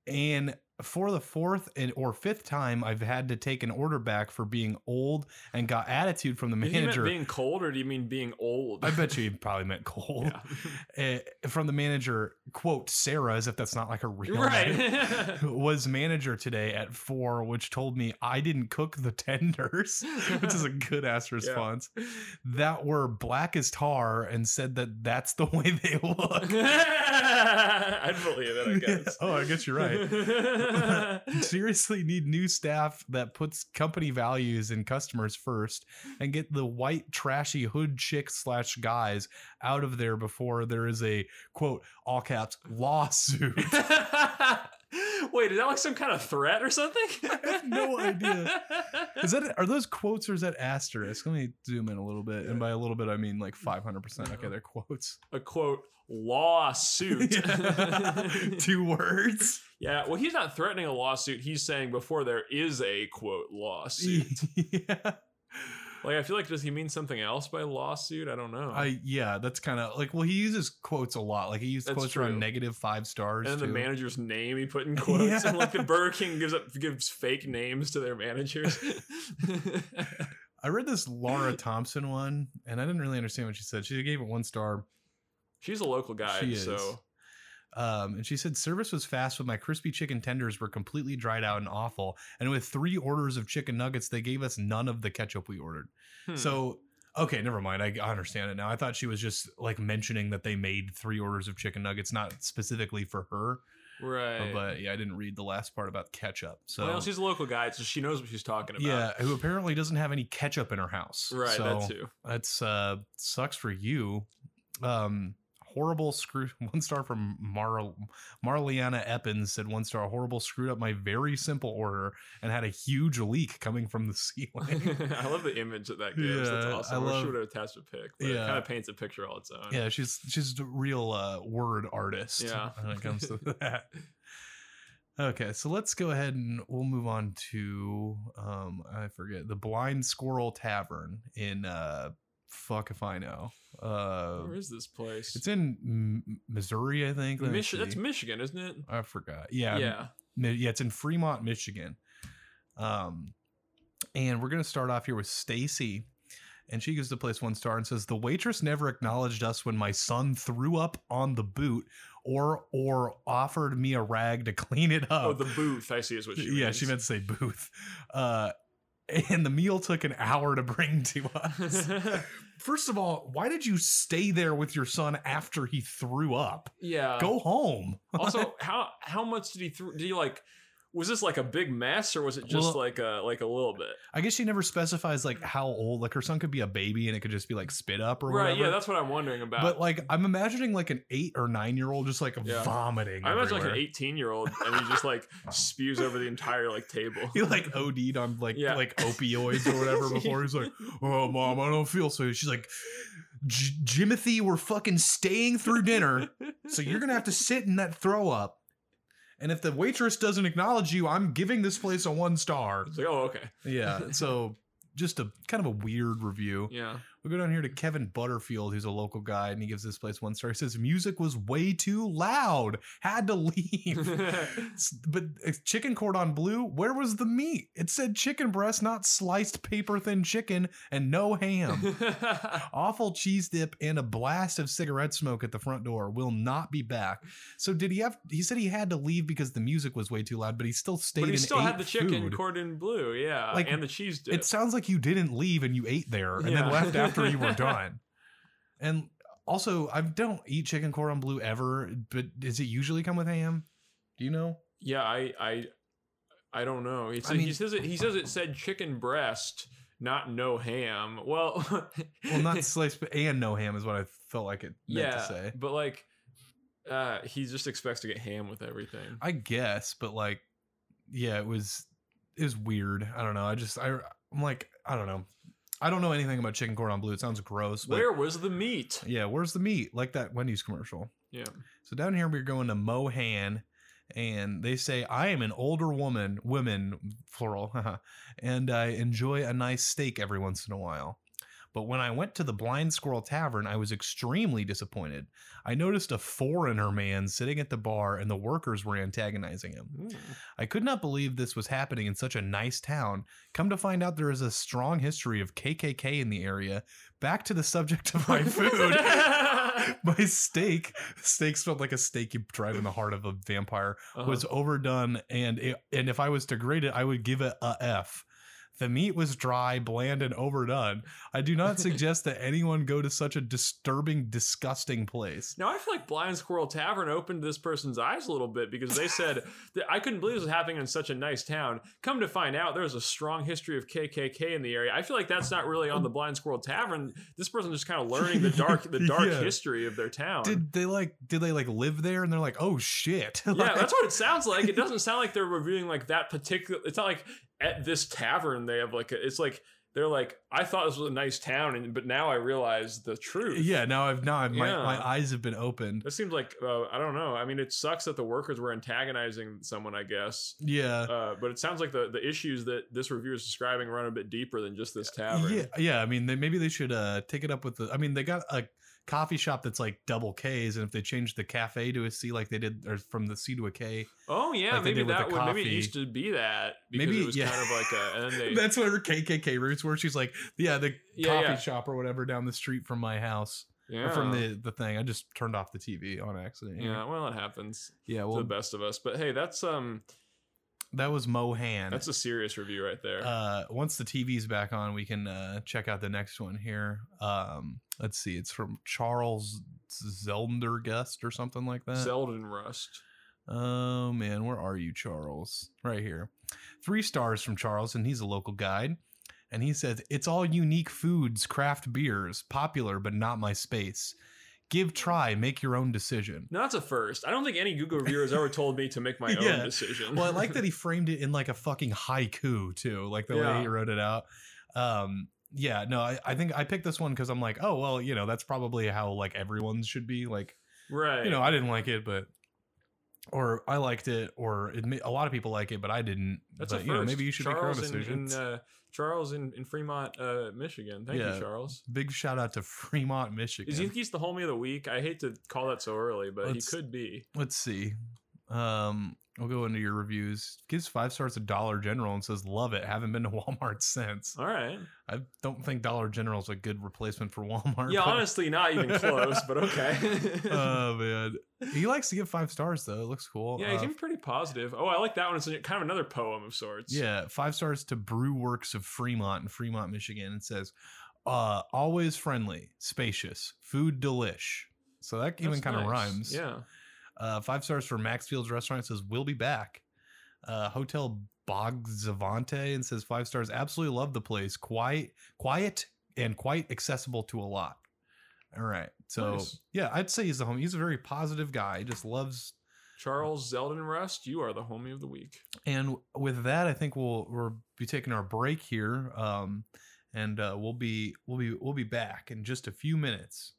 and for the fourth and or fifth time i've had to take an order back for being old and got attitude from the
do you mean
manager
being cold, or do you mean being old?
I bet you he probably meant cold.
*laughs*
Eh,
Yeah.
from the manager, quote, Sarah, as if that's not like a real name,
*laughs* right.
was manager today at four, which told me I didn't cook the tenders, which
*laughs*
is a good ass response, that were black as tar and said that that's the way they look.
I'd believe it. *laughs*
*laughs*
I guess.
oh, I guess you're right. Seriously, need new staff that puts company values and customers first and get the white, trashy hood chick slash guys out of there before there is a quote, all caps, lawsuit.
*laughs* Wait, is that like some kind of threat or something?
*laughs*
I
have no
*laughs*
idea. Is that are those quotes or is that asterisk? Let me zoom in a little bit, and by a little bit I mean like five hundred percent. Okay, they're quotes.
a quote
*laughs*
lawsuit?
Two words.
*laughs* yeah, well, he's not
*laughs*
threatening a lawsuit. He's saying before there is a quote lawsuit.
yeah.
Like I feel like does he mean something else by lawsuit? I don't know.
I yeah, that's kind of like well, he uses quotes a lot. Like he used
That's
quotes around
true.
negative five stars.
and then the
too.
manager's name he
*laughs*
put in quotes,
Yeah.
and like the Burger King gives up gives fake names to
*laughs*
their managers.
I read this
*laughs*
Laura Thompson one, and I didn't really understand what she said. She gave it one star,
She's a local guy,
She is.
so
um, and she said service was fast, but my crispy chicken tenders were completely dried out and awful. And with three orders of chicken nuggets, they gave us none of the ketchup we ordered.
hmm.
So okay, never mind. I, I understand it now. I thought she was just like mentioning that they made three orders of chicken nuggets, not specifically for her.
right.
But yeah, I didn't read the last part about ketchup. So
well, she's a local guy, so she knows what she's talking about.
yeah, who apparently doesn't have any ketchup in her house.
right.
So
that too. *laughs*
that's uh sucks for you. Um horrible screw *laughs* one star from Mar Marliana Eppins said one star horrible screwed up my very simple order and had a huge leak coming from the *laughs*
*laughs*
ceiling.
I love the image that that gives. That's
Yeah,
awesome.
I
I wish
love-
she would have attached a pic, but
Yeah.
it kind of paints a picture all its own.
yeah, she's she's a real uh, word artist
Yeah.
when it comes to that. Okay, so let's go ahead and we'll move on to um I forget the Blind Squirrel Tavern in uh fuck if I know. Uh
Where is this place?
It's in M- Missouri, I think. Let me
Mich- that's
see.
Michigan, isn't it?
I forgot. Yeah,
Yeah.
m- mi- yeah. It's in Fremont, Michigan. Um, and we're gonna start off here with Stacy, and she gives the place one star and says the waitress never acknowledged us when my son threw up on the boot, or or offered me a rag to clean it up.
Oh, the booth. I see is what she.
yeah,
means.
she meant to say booth. Uh, and the meal took an hour to bring
*laughs*
to us. *laughs* First of all, why did you stay there with your son after he threw up?
yeah.
Go home. *laughs*
also, how how much did he throw? Did he like? Was this like a big mess, or was it just
Well-
like a like a little bit?
I guess she never specifies like how old. Like her son could be a baby and it could just be like spit up or
Right.
whatever.
Yeah, that's what I'm wondering about.
but like I'm imagining like an eight or nine year old just like
Yeah.
vomiting.
I imagine
everywhere.
like an 18 year old, and he just like spews over the entire
*laughs*
like table.
*laughs* He like OD'd on like
Yeah. *laughs*
like opioids or whatever before. He's like, "Oh, mom, I don't feel so." She's like, "J- "Jimothy, we're fucking staying through dinner, so you're gonna have to sit in that throw up." And if the waitress doesn't acknowledge you, I'm giving this place a one star.
*laughs* It's like, oh, okay, *laughs*
Yeah, so just a kind of a weird review. *laughs*
yeah.
We go down here to Kevin Butterfield, who's a local guy, and he gives this place one star. He says music was way too loud, had to leave.
*laughs*
S- but uh, chicken cordon bleu, where was the meat? It said chicken breast, not sliced paper thin chicken, and no
*laughs*
ham. Awful cheese dip and a blast of cigarette smoke at the front door. Will not be back. So did he have? He said he had to leave because the music was way too loud, but he still stayed.
but he
and
still
ate
had the chicken
food.
cordon bleu, yeah,
Like,
and the cheese dip.
It sounds like you didn't leave and you ate there and then
Yeah.
left after you
*laughs*
were done. And also, I don't eat chicken cordon bleu ever, but does it usually come with ham? Do you know?
yeah, I, I, I don't know. He, said,
mean-
he says it. He says it said chicken breast, not no ham. Well,
Well,
*laughs*
not sliced but- and no ham is what I felt like it meant
yeah,
to say.
but like, uh, he just expects to get ham with everything.
I guess, but like, yeah, it was it was weird. I don't know. I just I I'm like I don't know. I don't know anything about chicken cordon bleu. It sounds gross. But
Where was the meat?
Yeah, where's the meat? Like that Wendy's commercial.
Yeah.
So down here we're going to Mohan, and they say I am an older woman, women plural, *laughs* and I enjoy a nice steak every once in a while. But when I went to the Blind Squirrel Tavern, I was extremely disappointed. I noticed a foreigner man sitting at the bar, and the workers were antagonizing him.
Mm.
I could not believe this was happening in such a nice town. Come to find out, there is a strong history of KKK in the area. Back to the subject of
*laughs*
my food.
Uh-huh.
my steak, steak smelled like a steak you drive in the heart of a vampire,
Uh-huh.
was overdone, and it, and if I was to grade it, I would give it a F. The meat was dry, bland, and overdone. I do
*laughs*
not suggest that anyone go to such a disturbing, disgusting place.
Now I feel like Blind Squirrel Tavern opened this person's eyes a little bit because
*laughs*
they said that I couldn't believe this was happening in such a nice town. Come to find out, there's a strong history of KKK in the area. I feel like that's not really on the Blind Squirrel Tavern. This person just kind of learning the dark,
*laughs*
the dark
Yeah.
history of their town.
Did they like? Did they like live there? And they're like, oh shit. *laughs*
yeah, that's what it sounds like. It doesn't sound like they're reviewing like that particular. It's not like at this tavern they have like a, it's like they're like, I thought this was a nice town, and but now I realize the truth.
Yeah, now I've now I've,
Yeah.
my, my eyes have been opened.
That seems like uh, I don't know. I mean, it sucks that the workers were antagonizing someone, I guess.
Yeah.
Uh, but it sounds like the, the issues that this reviewer is describing run a bit deeper than just this tavern.
Yeah, yeah. I mean, they, maybe they should uh, take it up with the. I mean, they got a coffee shop that's like double K's, and if they changed the cafe to a C, like they did, or from the C to a K,
Oh yeah,
Like they
maybe
did with
that
the
would maybe it
coffee.
used to be that because
Maybe-
it was
yeah.
kind of like
*laughs*
a and then they
that's where her KKK roots were. She's like, yeah, the
Yeah,
coffee
yeah.
shop or whatever down the street from my house,
yeah.
or from the the thing. I just turned off the TV on accident.
yeah well it happens
yeah.
to
Well,
the best of us. But hey, that's um
that was Mohan.
that's a serious review right there.
uh, once the TV's back on, we can uh, check out the next one here. Um, let's see, it's from Charles Zeldergust or something like that.
Zeldin Rust.
Oh man, where are you, Charles? Right here. Three stars from Charles, and he's a local guide. And he says, It's all unique foods, craft beers, popular, but not my space. Give try, make your own decision.
No, that's a first. I don't think
*laughs*
any Google reviewer has ever told me to make my
Yeah.
own decision.
Well, I like that he framed it in like a fucking haiku, too, like the way
Yeah.
he wrote it out. Um, yeah, no, I, I think I picked this one because I'm like, oh, well, you know, that's probably how like everyone should be. Like,
*laughs* right.
you know, I didn't like it, but or I liked it, or it, ma- a lot of people like it, but I didn't.
That's
but,
a first.
you know, maybe you should
Charles
make your own
in, in,
decisions.
uh, Charles in, in Fremont, uh, Michigan. Thank
Yeah.
you, Charles.
Big shout out to Fremont, Michigan.
Is he he's the homie of the week? I hate to call that so early, but
Let's-
he could be.
Let's see. Um, we'll go into your reviews. Gives five stars to Dollar General and says, "Love it. Haven't been to *laughs* Walmart since."
All right.
I don't think Dollar General's a good replacement for *laughs* Walmart.
Yeah,
but-
honestly, not even close, but okay.
*laughs* oh man, he likes to give five stars though. It looks cool.
*laughs* yeah, he
Uh,
seemed pretty positive. Oh, I like that one. It's a- kind of another poem of sorts.
Yeah, five stars to Brew Works of Fremont in Fremont, Michigan. It says, uh, always friendly, spacious, food delish. So that even
That's
kind of
nice.
rhymes.
Yeah.
Uh, five stars for Maxfield's Restaurant. It says, we'll be back. Uh, Hotel Bogzavante and says, five stars. Absolutely love the place. Quiet, quiet, and quite accessible to a lot. All right. So
Nice.
yeah, I'd say he's the home. He's a very positive guy. He just loves
Charles Zeldin Rust, you are the homie of the week.
And with that, I think we'll we'll be taking our break here, um, and uh, we'll be we'll be we'll be back in just a few minutes.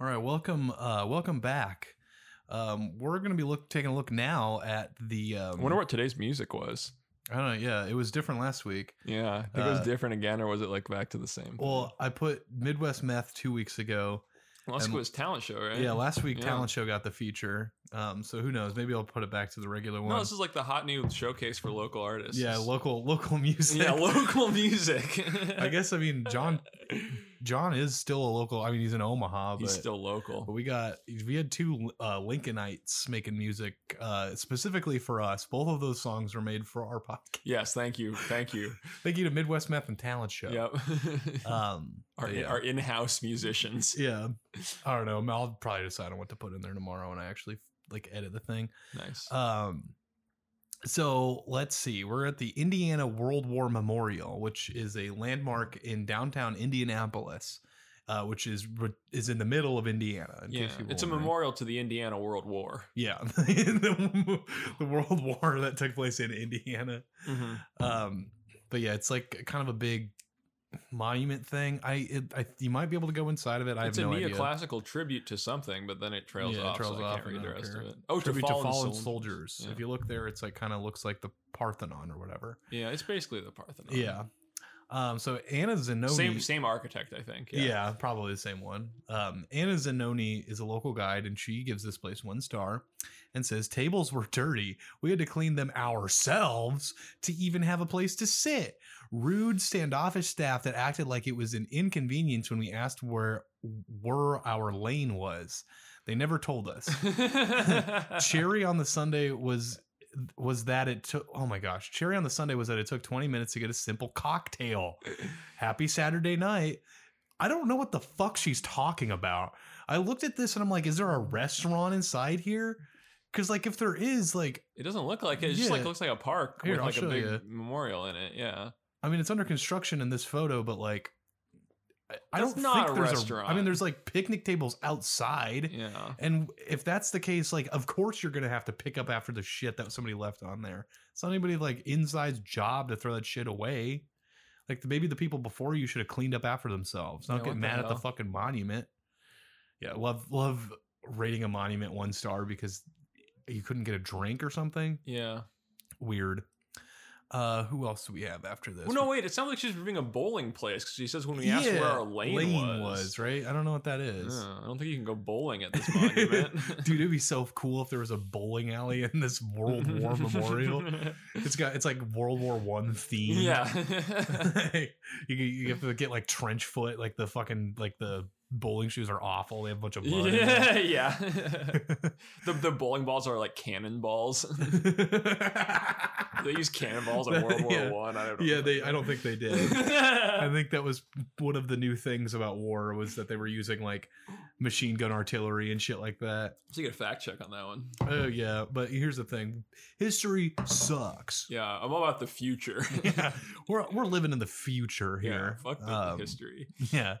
All right, welcome uh, welcome back. Um, we're going to be look taking a look now at the. Um,
I wonder what today's music was.
I don't know. Yeah, it was different last week.
Yeah. I think it was
Uh,
different again, or was it like back to the same?
Well, I put Midwest Meth two weeks ago.
Unless
and-
it was talent show, right?
Yeah, last week
Yeah.
talent show got the feature. Um, so who knows? Maybe I'll put it back to the regular one.
No, this is like the hot new showcase for local artists.
yeah, local local *laughs* music.
*laughs* yeah, local music.
*laughs* I guess I mean
*laughs*
John John is still a local. I mean, he's in Omaha, but,
he's still
but
local.
we got we had two uh, Lincolnites making music uh, specifically for us. Both of those songs were made for our *laughs* podcast.
Yes, thank you, thank you.
*laughs* Thank you to Midwest Meth and Talent Show.
Yep, *laughs*
Um,
our,
yeah.
our
*laughs*
in-house musicians.
yeah. I don't know. I'll Uh, probably decide on what to put in there tomorrow when I actually like edit the thing.
Nice.
Um, So let's see. We're at the Indiana World War Memorial, which is a landmark in downtown Indianapolis, uh, which is is in the middle of Indiana. in
Yeah,
case you
it's a
were wondering.
memorial to the Indiana World War.
Yeah, *laughs* the, the World War that took place in Indiana.
*laughs*
Um, but yeah, it's like kind of a big monument thing. I, it, I you might be able to go inside of it. I
It's
have
a
no idea.
neoclassical tribute to something, but then it trails
Yeah, it
off.
trails
so I
off
can't
and
read
I
the
don't
rest
care.
of it. Oh,
Tribute to fallen,
sol-
soldiers.
Yeah.
If you look there, it's like kind of looks like the Parthenon or whatever.
Yeah, it's basically the Parthenon.
Yeah. Um, so Anna Zanoni.
same same architect, I think.
Yeah. probably the same one. Um, Anna Zanoni is a local guide, and she gives this place one star and says, Tables were dirty. We had to clean them ourselves to even have a place to sit. Rude, standoffish staff that acted like it was an inconvenience when we asked where where our lane was. They never told us.
*laughs*
Cherry on the Sunday was was that it took oh my gosh cherry on the sunday was that it took 20 minutes to get a simple cocktail happy saturday night i don't know what the fuck she's talking about i looked at this and i'm like is there a restaurant inside here because like if there is like
It doesn't look like it. It just like
Yeah.
looks like a park
Here,
with
I'll
like a
show
big
ya.
memorial in
*laughs*
it. Yeah.
i mean it's under construction in this photo but like i, I
That's
don't
not
think
a
there's
restaurant.
a i mean there's like picnic tables outside
Yeah.
And if that's the case, like, of course you're gonna have to pick up after the shit that somebody left on there. It's not anybody like inside's job to throw that shit away. Like the, maybe the people before you should have cleaned up after themselves. Not
Yeah, what
get
the
mad at the
hell?
fucking monument. Yeah, love love rating a monument one star because you couldn't get a drink or something.
Yeah.
Weird. Uh, who else do we have after this?
Well, no, wait. It sounds like she's being a bowling place because she says when we asked
Yeah,
where our lane, was.
right? I don't know what that
Yeah,
is.
I don't think you can go bowling
*laughs*
at this monument.
Dude, it'd be so cool if there was a bowling alley in this World
*laughs*
War Memorial. It's got it's like World War One theme.
Yeah.
*laughs*
*laughs*
you you have to get like trench foot, like the fucking like the bowling shoes are awful. They have a bunch of mud. in them. *laughs*
yeah. Yeah. the, the bowling balls are like cannonballs. *laughs* they use cannonballs in
That-
World War
yeah.
One. I. don't
*laughs*
know.
yeah, they. I don't think they
*laughs*
did. I think that was one of the new things about war was that they were using like machine gun artillery and shit like that.
So you get a fact check on that one.
Oh yeah, but here's the thing: history sucks.
Yeah, I'm all about the future. *laughs*
Yeah, *laughs* we're we're living in the future
Yeah,
here.
fuck the
Um,
history.
*laughs* Yeah.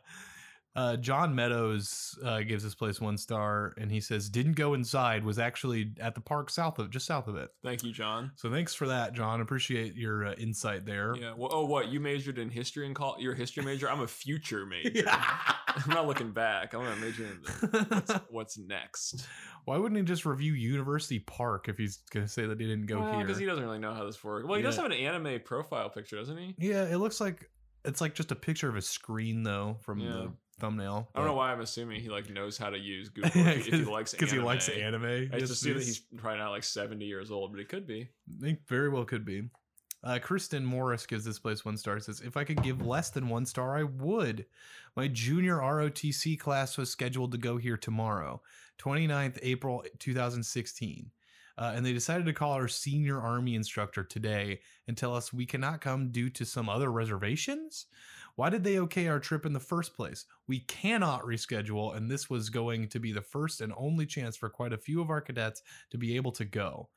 Uh, John Meadows uh, gives this place one star, and he says didn't go inside. Was actually at the park south of just south of it.
Thank you, John.
So thanks for that, John. Appreciate your uh, insight there.
Yeah. Well, oh, what you majored in history and call you're a history major. I'm a
*laughs*
future major. *laughs* I'm not looking back. I'm gonna major in the,
*laughs*
what's next.
Why wouldn't he just review University Park if he's gonna say that he didn't go here?
because he doesn't really know how this works. Well, he does
Yeah.
have an anime profile picture, doesn't he?
yeah, it looks like it's like just a picture of a screen though from
Yeah.
the thumbnail.
I don't know why I'm assuming he like knows how
*laughs*
to use Google
Yeah,
if he likes
because he likes
anime.
anime.
I
Yes,
just assume that
yes.
he's probably not like 70 years old, but he could be.
They very well could be. Uh, Kristen Morris gives this place one star. Says, if I could give less than one star, I would. My junior ROTC class was scheduled to go here tomorrow, 29th April 2016. Uh, and they decided to call our senior army instructor today and tell us we cannot come due to some other reservations. Why did they okay our trip in the first place? We cannot reschedule, and this was going to be the first and only chance for quite a few of our cadets to be able to go.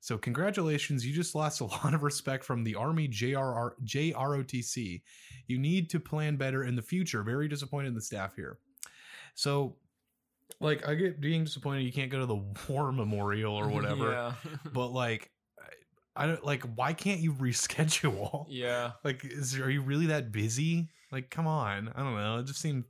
So congratulations, you just lost a *laughs* lot of respect from the Army JRR, JROTC. You need to plan better in the future. Very disappointed in the staff here. So, like, I get being disappointed you can't go to the *laughs* War Memorial
*laughs*
or whatever. *laughs*
yeah.
But like, I I don't like. Why can't you *laughs* reschedule?
yeah.
Like, is are you really that busy? Like, come on. I don't know. It just seemed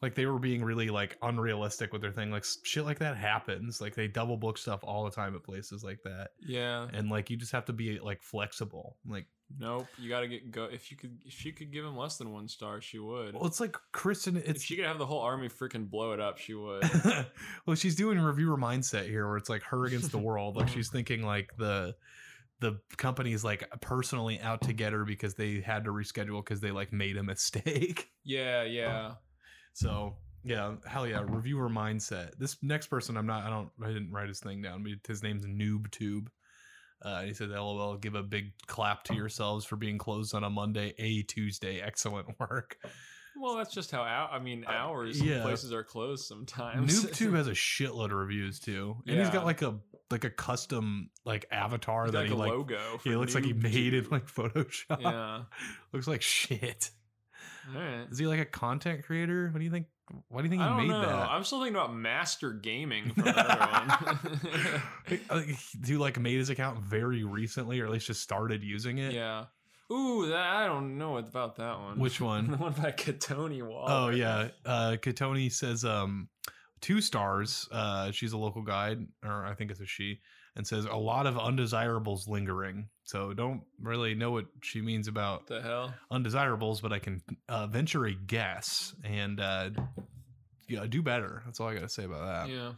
like they were being really like unrealistic with their thing. Like s- shit like that happens. Like they double book stuff all the time at places like that
Yeah.
and like you just have to be like flexible like
Nope. You gotta get go. If you could, if she could give him less than one star, she would.
well it's like kristen
if
it's
she could have the whole army freaking blow it up, she would.
*laughs* well she's doing reviewer mindset here where it's like her against the world like she's thinking like the the company's like personally out to get her because they had to reschedule because they like made a mistake *laughs*
yeah,
Oh.
yeah.
so yeah hell yeah reviewer mindset this next person i'm not i don't i didn't write his thing down but his name's noob tube uh, he says, "LOL, give a big clap to yourselves for being closed on a Monday, a Tuesday. Excellent *laughs* work."
Well, that's just how out. I mean,
Uh,
hours.
yeah.
Places are closed sometimes. *laughs*
Noob Tube has a shitload of reviews too, and he's
Yeah.
got like a like a custom like avatar
He's
that
got,
he
a
like
logo.
he
for
looks like he
Nuke
made
Juice.
in like *laughs* Photoshop.
Yeah.
Looks like shit.
All right.
Is he like a content creator? What do you think? Why do you think
I *laughs*
he
don't
made
know. I'm still thinking about Master
*laughs*
Gaming from the *laughs* other
that? Like, uh, he like made his account very recently, or at least just started using
one.
it.
yeah. Ooh, that, I don't know about that one.
Which
*laughs* the
one?
one by Katoni Wall.
oh yeah. Uh, Katoni says um, two stars. Uh, she's a local guide, or I think it's a she, and says a lot of undesirables lingering. So don't really know what she means about
the hell?
undesirables, but I can uh, venture a guess and uh, yeah, do better. That's all I got to say about that.
yeah.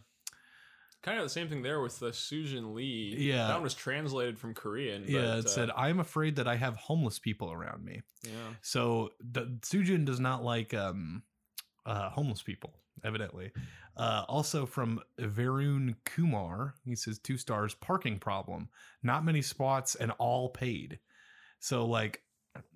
Kind of the same thing there with the Sujin Lee.
Yeah.
That one was translated from Korean. But,
Yeah, it
uh,
said, I'm afraid that I have homeless people around me.
Yeah.
So the, Sujin does not like um, uh, homeless people, evidently. Uh, also from Varun Kumar, he says, two stars, parking problem, not many spots, and all paid. So, like,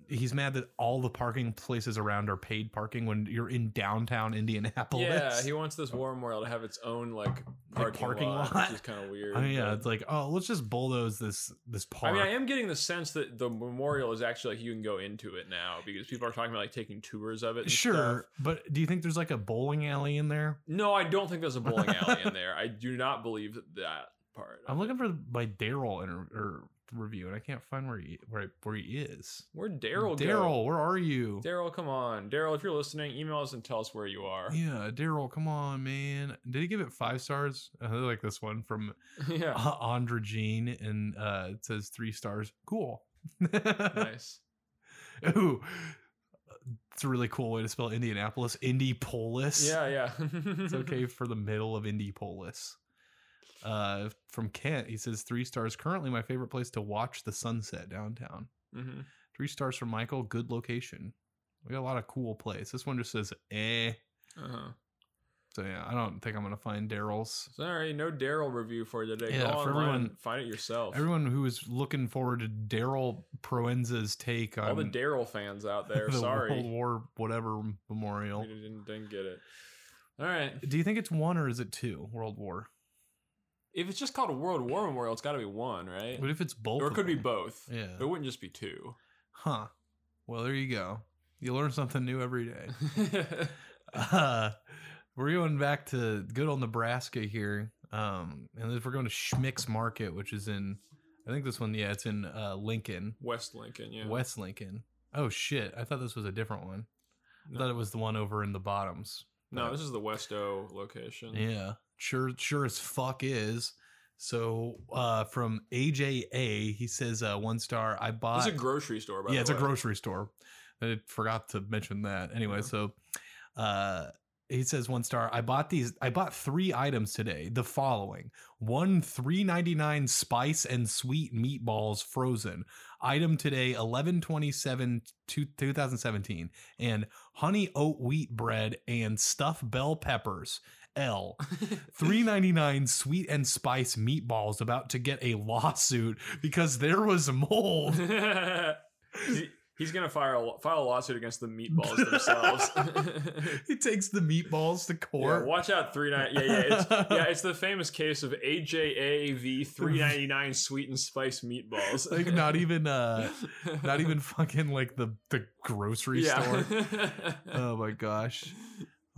he's mad that all the parking places around are paid parking when you're in downtown Indianapolis.
Yeah, he wants this war memorial to have its own like parking,
parking
lot,
lot.
which is kind of
*laughs*
weird.
I mean, yeah,
but-
it's like, oh, let's just bulldoze this this
I
park.
mean, I am getting the sense that the memorial is actually like you can go into it now because people are talking about like taking tours of it. and
sure,
stuff.
but do you think there's like a bowling alley in there?
No, I don't think there's a bowling alley
*laughs*
in there. I do not believe that part.
I'm looking for my Daryl inter- or review, and I can't find where he where, where he is.
Where Daryl?
Daryl, where are you?
Daryl, come on, Daryl. If you're listening, email us and tell us where you are.
Yeah, Daryl, come on, man. Did he give it five stars? I really like this one from
*laughs*
*laughs*
yeah.
uh, Andre Jean, and uh, it says three stars. Cool.
nice.
*laughs* Ooh, it's a really cool way to spell Indianapolis. *laughs* Indiepolis.
Yeah, yeah.
it's
*laughs*
okay for the middle of Indiepolis. Uh, from Kent, he says three stars. Currently, my favorite place to watch the sunset downtown.
hmm
Three stars from Michael. Good location. We got a lot of cool plays. This one just says eh.
Uh-huh.
So yeah, I don't think I'm gonna find Daryl's.
Sorry, no Daryl review for you today.
Yeah,
Go
for
online,
everyone-
and find it yourself.
Everyone who is looking forward to Daryl Proenza's take on *laughs*
All the Daryl fans out there,
the
sorry,
World War whatever memorial.
we didn't, didn't get it. All right,
Do you think it's one or is it two? World War.
if it's just called a World War Memorial, it's got to be one, right?
What if it's both?
Or it
of
could be
them?
both.
Yeah.
It wouldn't just be two. *laughs*
Huh. Well, there you go. You learn something new every
*laughs*
day. uh, we're going back to good old Nebraska here, um, and then we're going to Schmick's Market, which is in, I think this one, yeah, it's in uh, Lincoln,
West Lincoln, yeah.
West Lincoln. Oh shit! I thought this was a different one. I
No.
thought it was the one over in the bottoms.
No, this is the West O location.
Yeah, sure, sure as fuck is. So uh, from AJA, he says uh, one star. I bought.
It's a grocery store, by
yeah,
the
it's a
way.
grocery store. I forgot to mention that. Anyway,
Yeah.
so uh he says one star. I bought these. I bought three items today. The following: one three ninety nine spice and sweet meatballs frozen. Item today eleven twenty seven two thousand seventeen and honey oat wheat bread and stuffed bell peppers.
*laughs*
L. 399 sweet and spice meatballs about to get a lawsuit because there was
*laughs*
mold
He- He's gonna fire a, file a lawsuit against
*laughs*
the meatballs themselves. *laughs*
he takes the meatballs to
yeah,
court.
watch out, three nine. Yeah, yeah, it's, yeah. It's the famous case of AJAV three ninety nine sweet and spice
*laughs* *laughs*
meatballs.
like
*laughs*
not even uh not even fucking like the the grocery
*laughs* yeah.
store. Oh my gosh.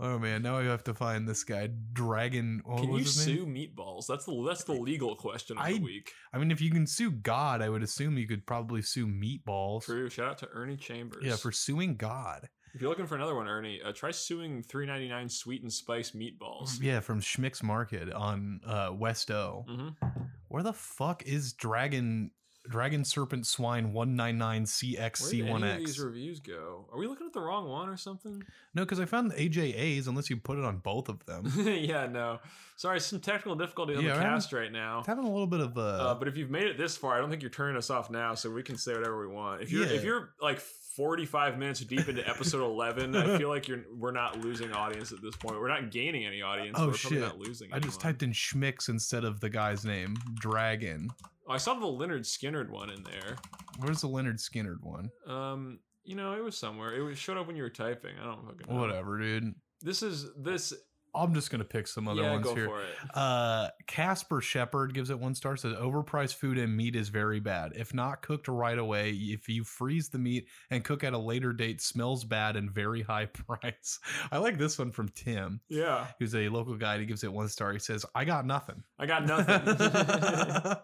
Oh man, now I have to find this guy Dragon. What
Can
was
you
his name?
sue meatballs? That's the that's the legal question of
I-
the week.
I mean, if you can sue God, I would assume you could probably sue meatballs.
True. Shout out to Ernie Chambers.
Yeah, for suing God.
if you're looking for another one, Ernie, uh, try suing three ninety nine sweet and spice meatballs.
Yeah, from Schmick's Market on uh, West O.
hmm
Where the fuck is Dragon Dragon Serpent Swine One Nine Nine
Where did any of these
CXC1X?
reviews go? Are we looking at the wrong one or something? *laughs*
No, because I found the AJAs unless you put it on both of them.
yeah, no. Sorry, some technical difficulty on
Yeah,
the
we're having-
cast right now.
It's having a little bit of a
Uh, but if you've made it this far, I don't think you're turning us off now, so we can say whatever we want. If you're
Yeah.
if you're like 45 minutes deep into episode 11, I feel like you're we're not losing audience at this point. We're not gaining any audience.
Oh,
but we're probably
shit.
not losing.
I just
anyone.
typed in Schmicks instead of the guy's name, Dragon.
Oh, I saw the Leonard Skinnerd one in there.
Where's the Leonard Skinnerd one?
Um, you know, it was somewhere. It was, showed up when you were typing. I don't fucking know.
Whatever, dude.
This is this
I'm just gonna pick some other
yeah,
ones
go
here.
for it.
Uh, Casper Shepard gives it one star. Says overpriced food and meat is very bad. If not cooked right away, if you freeze the meat and cook at a later date, smells bad and very high *laughs* price. I like this one from Tim,
Yeah,
who's a local guy. He gives it one star. He says, "I got nothing." *laughs*
I got *laughs* nothing.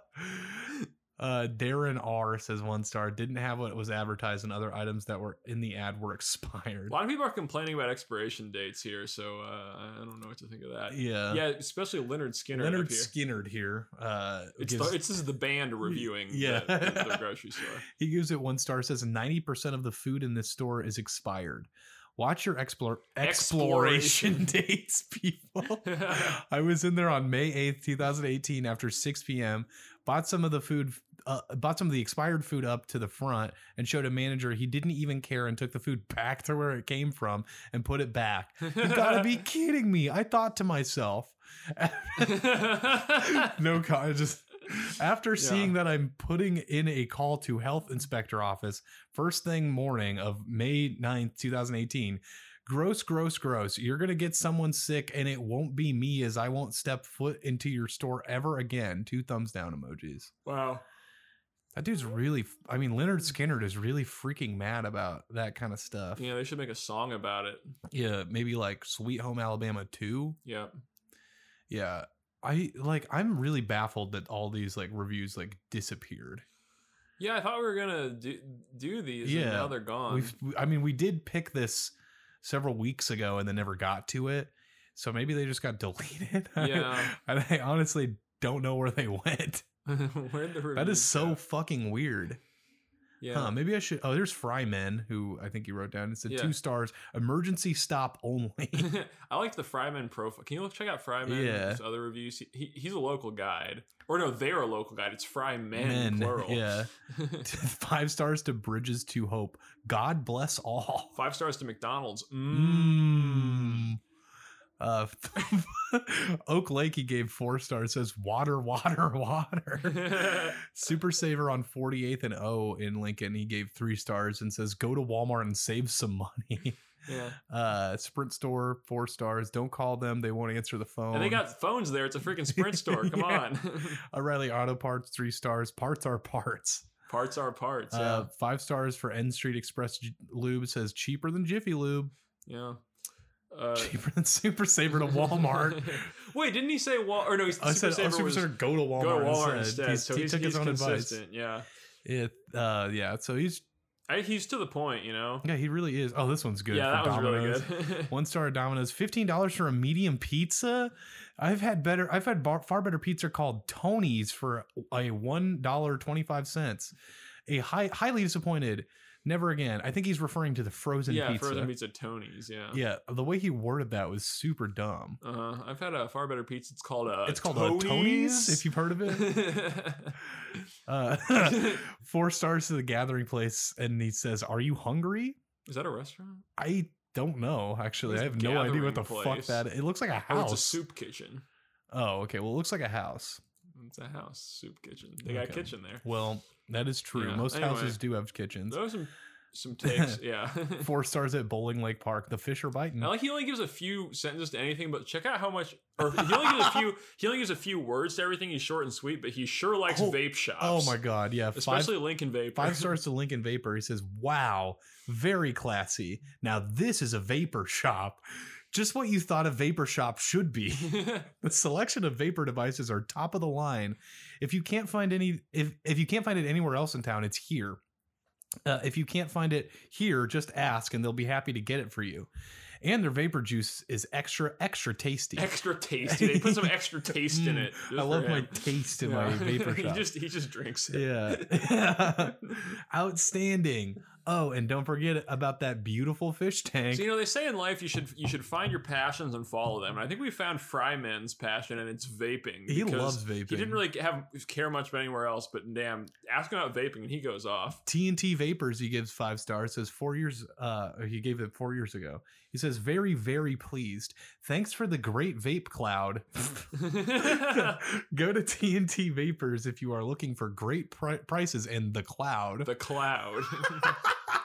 uh, Darren R says one star. Didn't have what was advertised, and other items that were in the ad were *laughs* expired.
A lot of people are complaining about expiration dates here, so uh, I don't know what to think of that.
Yeah,
Yeah, especially Leonard Skinner
Leonard
up here.
Skinnerd here. Uh,
It's,
gives-
the, it's this is the band reviewing
Yeah.
the, the,
*laughs*
the grocery store.
He gives it one star. Says ninety percent of the food in this store is expired. Watch your explore exploration, *laughs* dates, people. *laughs* I was in there on May eighth, two thousand eighteen, after six p.m. Bought some of the food, uh, bought some of the expired food up to the front, and showed a manager he didn't even care and took the food *laughs* back to where it came from and put it back. You gotta
*laughs*
be kidding me! I thought to myself, no con- I just after seeing that i'm putting in a call to health inspector office first thing morning of may 9th 2018 gross gross gross you're gonna get someone sick and it won't be me as i won't step foot into your store ever again two thumbs down emojis
wow.
that dude's really i mean leonard skinner is really freaking mad about that kind of stuff
Yeah, they should make a song about it.
yeah maybe like sweet home alabama 2
Yeah.
yeah i like i'm really baffled that all these like reviews like disappeared
Yeah, I thought we were gonna do, do these,
Yeah.
and now they're gone.
We've, we- I mean, we did pick this several weeks ago and then never got to it. So maybe they just got *laughs* deleted.
Yeah.
and I honestly don't know where they *laughs* went.
*laughs* Where'd the
That is
reviews
so
go?
fucking weird.
yeah.
Huh, maybe I should. Oh, there's Fryman, who I think you wrote down. It said
Yeah.
two stars, emergency stop only.
*laughs*
*laughs*
I like the Fryman profile. Can you look check out Fryman?
Yeah.
His other reviews. He, he, he's a local guide, or no, they're a local guide. It's Frymen
Men, *laughs*
plural. *laughs*
Yeah. Five stars to Bridges to Hope. God bless all.
Five stars to McDonald's. Mm.
Mm. Uh, *laughs* Oak Lake, he gave four stars. Says water, water, *laughs*
*laughs*
water. Super Saver on 48th and O in Lincoln, he gave three stars and says go to Walmart and save some money. *laughs*
Yeah.
Uh, Sprint Store, four stars. Don't call them; they won't answer the phone.
And they got phones there. It's a freaking
*laughs*
Sprint store. Come
Oh. Yeah.
on. *laughs*
O'Reilly Auto Parts, three stars. Parts are parts.
parts are parts.
Uh, five stars for N Street Express J- Lube says cheaper than Jiffy Lube,
yeah. Yeah.
*laughs*
Uh,
cheaper than Super Saver to
*laughs*
Walmart.
Wait, didn't he say Walmart? Or no, he's
I
Super
said,
Saver
oh, Super
was
Saver, go to Walmart,
go to
instead.
Walmart instead.
He's-
so
he
he's,
took
he's
his own
consistent.
advice.
Yeah.
It, uh, yeah, so he's
I, he's to the point, you know.
yeah, he really is. Oh, this one's good.
yeah, that
from
was really
Domino's.
good.
One star at Domino's, fifteen dollars for a medium pizza. I've had better. I've had bar, far better pizza called Tony's for a one dollar twenty five cents. A high, highly disappointed. Never again. I think he's referring to the *laughs* frozen
*laughs* yeah,
pizza.
frozen pizza Tony's. Yeah.
Yeah, the way he worded that was super dumb.
Uh, I've had a far better pizza. It's called uh, a.
it's called a Tony's,
*laughs*
if you've heard of it. Uh, *laughs* four stars to the gathering place, and he says, "Are you hungry?"
Is that a restaurant?
I don't know. Actually,
It's
I have no idea what
gathering
the fuck
place.
that. It looks like a
Oh,
house.
it's a soup kitchen.
Oh, okay. Well, it looks like a house.
It's a house soup kitchen. They got a
Okay.
kitchen there.
Well, that is true.
Yeah,
Most
anyway.
houses do have kitchens.
Those are some
*laughs*
some takes. Yeah. *laughs*
Four stars at Bowling Lake Park. The fish are biting.
I like he only gives a few sentences to anything, but check out how much, or he only gives a few, he only gives a few words to everything. He's short and sweet, but he sure likes
Oh,
vape shops.
oh my god! Yeah, five
especially Lincoln Vape. *laughs*
five stars to Lincoln Vapor. He says, "Wow, very classy." Now this is a vapor shop. Just what you thought a vapor shop should be. The selection of vapor devices are top of the line. If you can't find any, if if you can't find it anywhere else in town, it's here. Uh, if you can't find it here, just ask, and they'll be happy to get it for you. And their vapor juice is extra, extra tasty.
*laughs* extra tasty. They put
*laughs*
some extra taste in
Mm,
it. just
I
for
love my
him.
taste in
*laughs* Yeah.
my vapor
he
shop.
just he just drinks it.
*laughs* yeah, *laughs* outstanding. Oh, and don't forget about that beautiful fish tank.
So you know they say in life you should you should find your passions and follow them. And I think we found Fryman's passion, and it's vaping.
he
because
loves vaping.
He didn't really have care much about anywhere else, but damn, ask him about vaping, and he goes
*laughs*
off. *laughs*
TNT Vapors, he gives five stars. Says four years, uh, he gave it four years ago. He says, very, very pleased. Thanks for the great vape cloud. *laughs* Go to TNT Vapors if you are looking for great pri- prices and the cloud.
the cloud.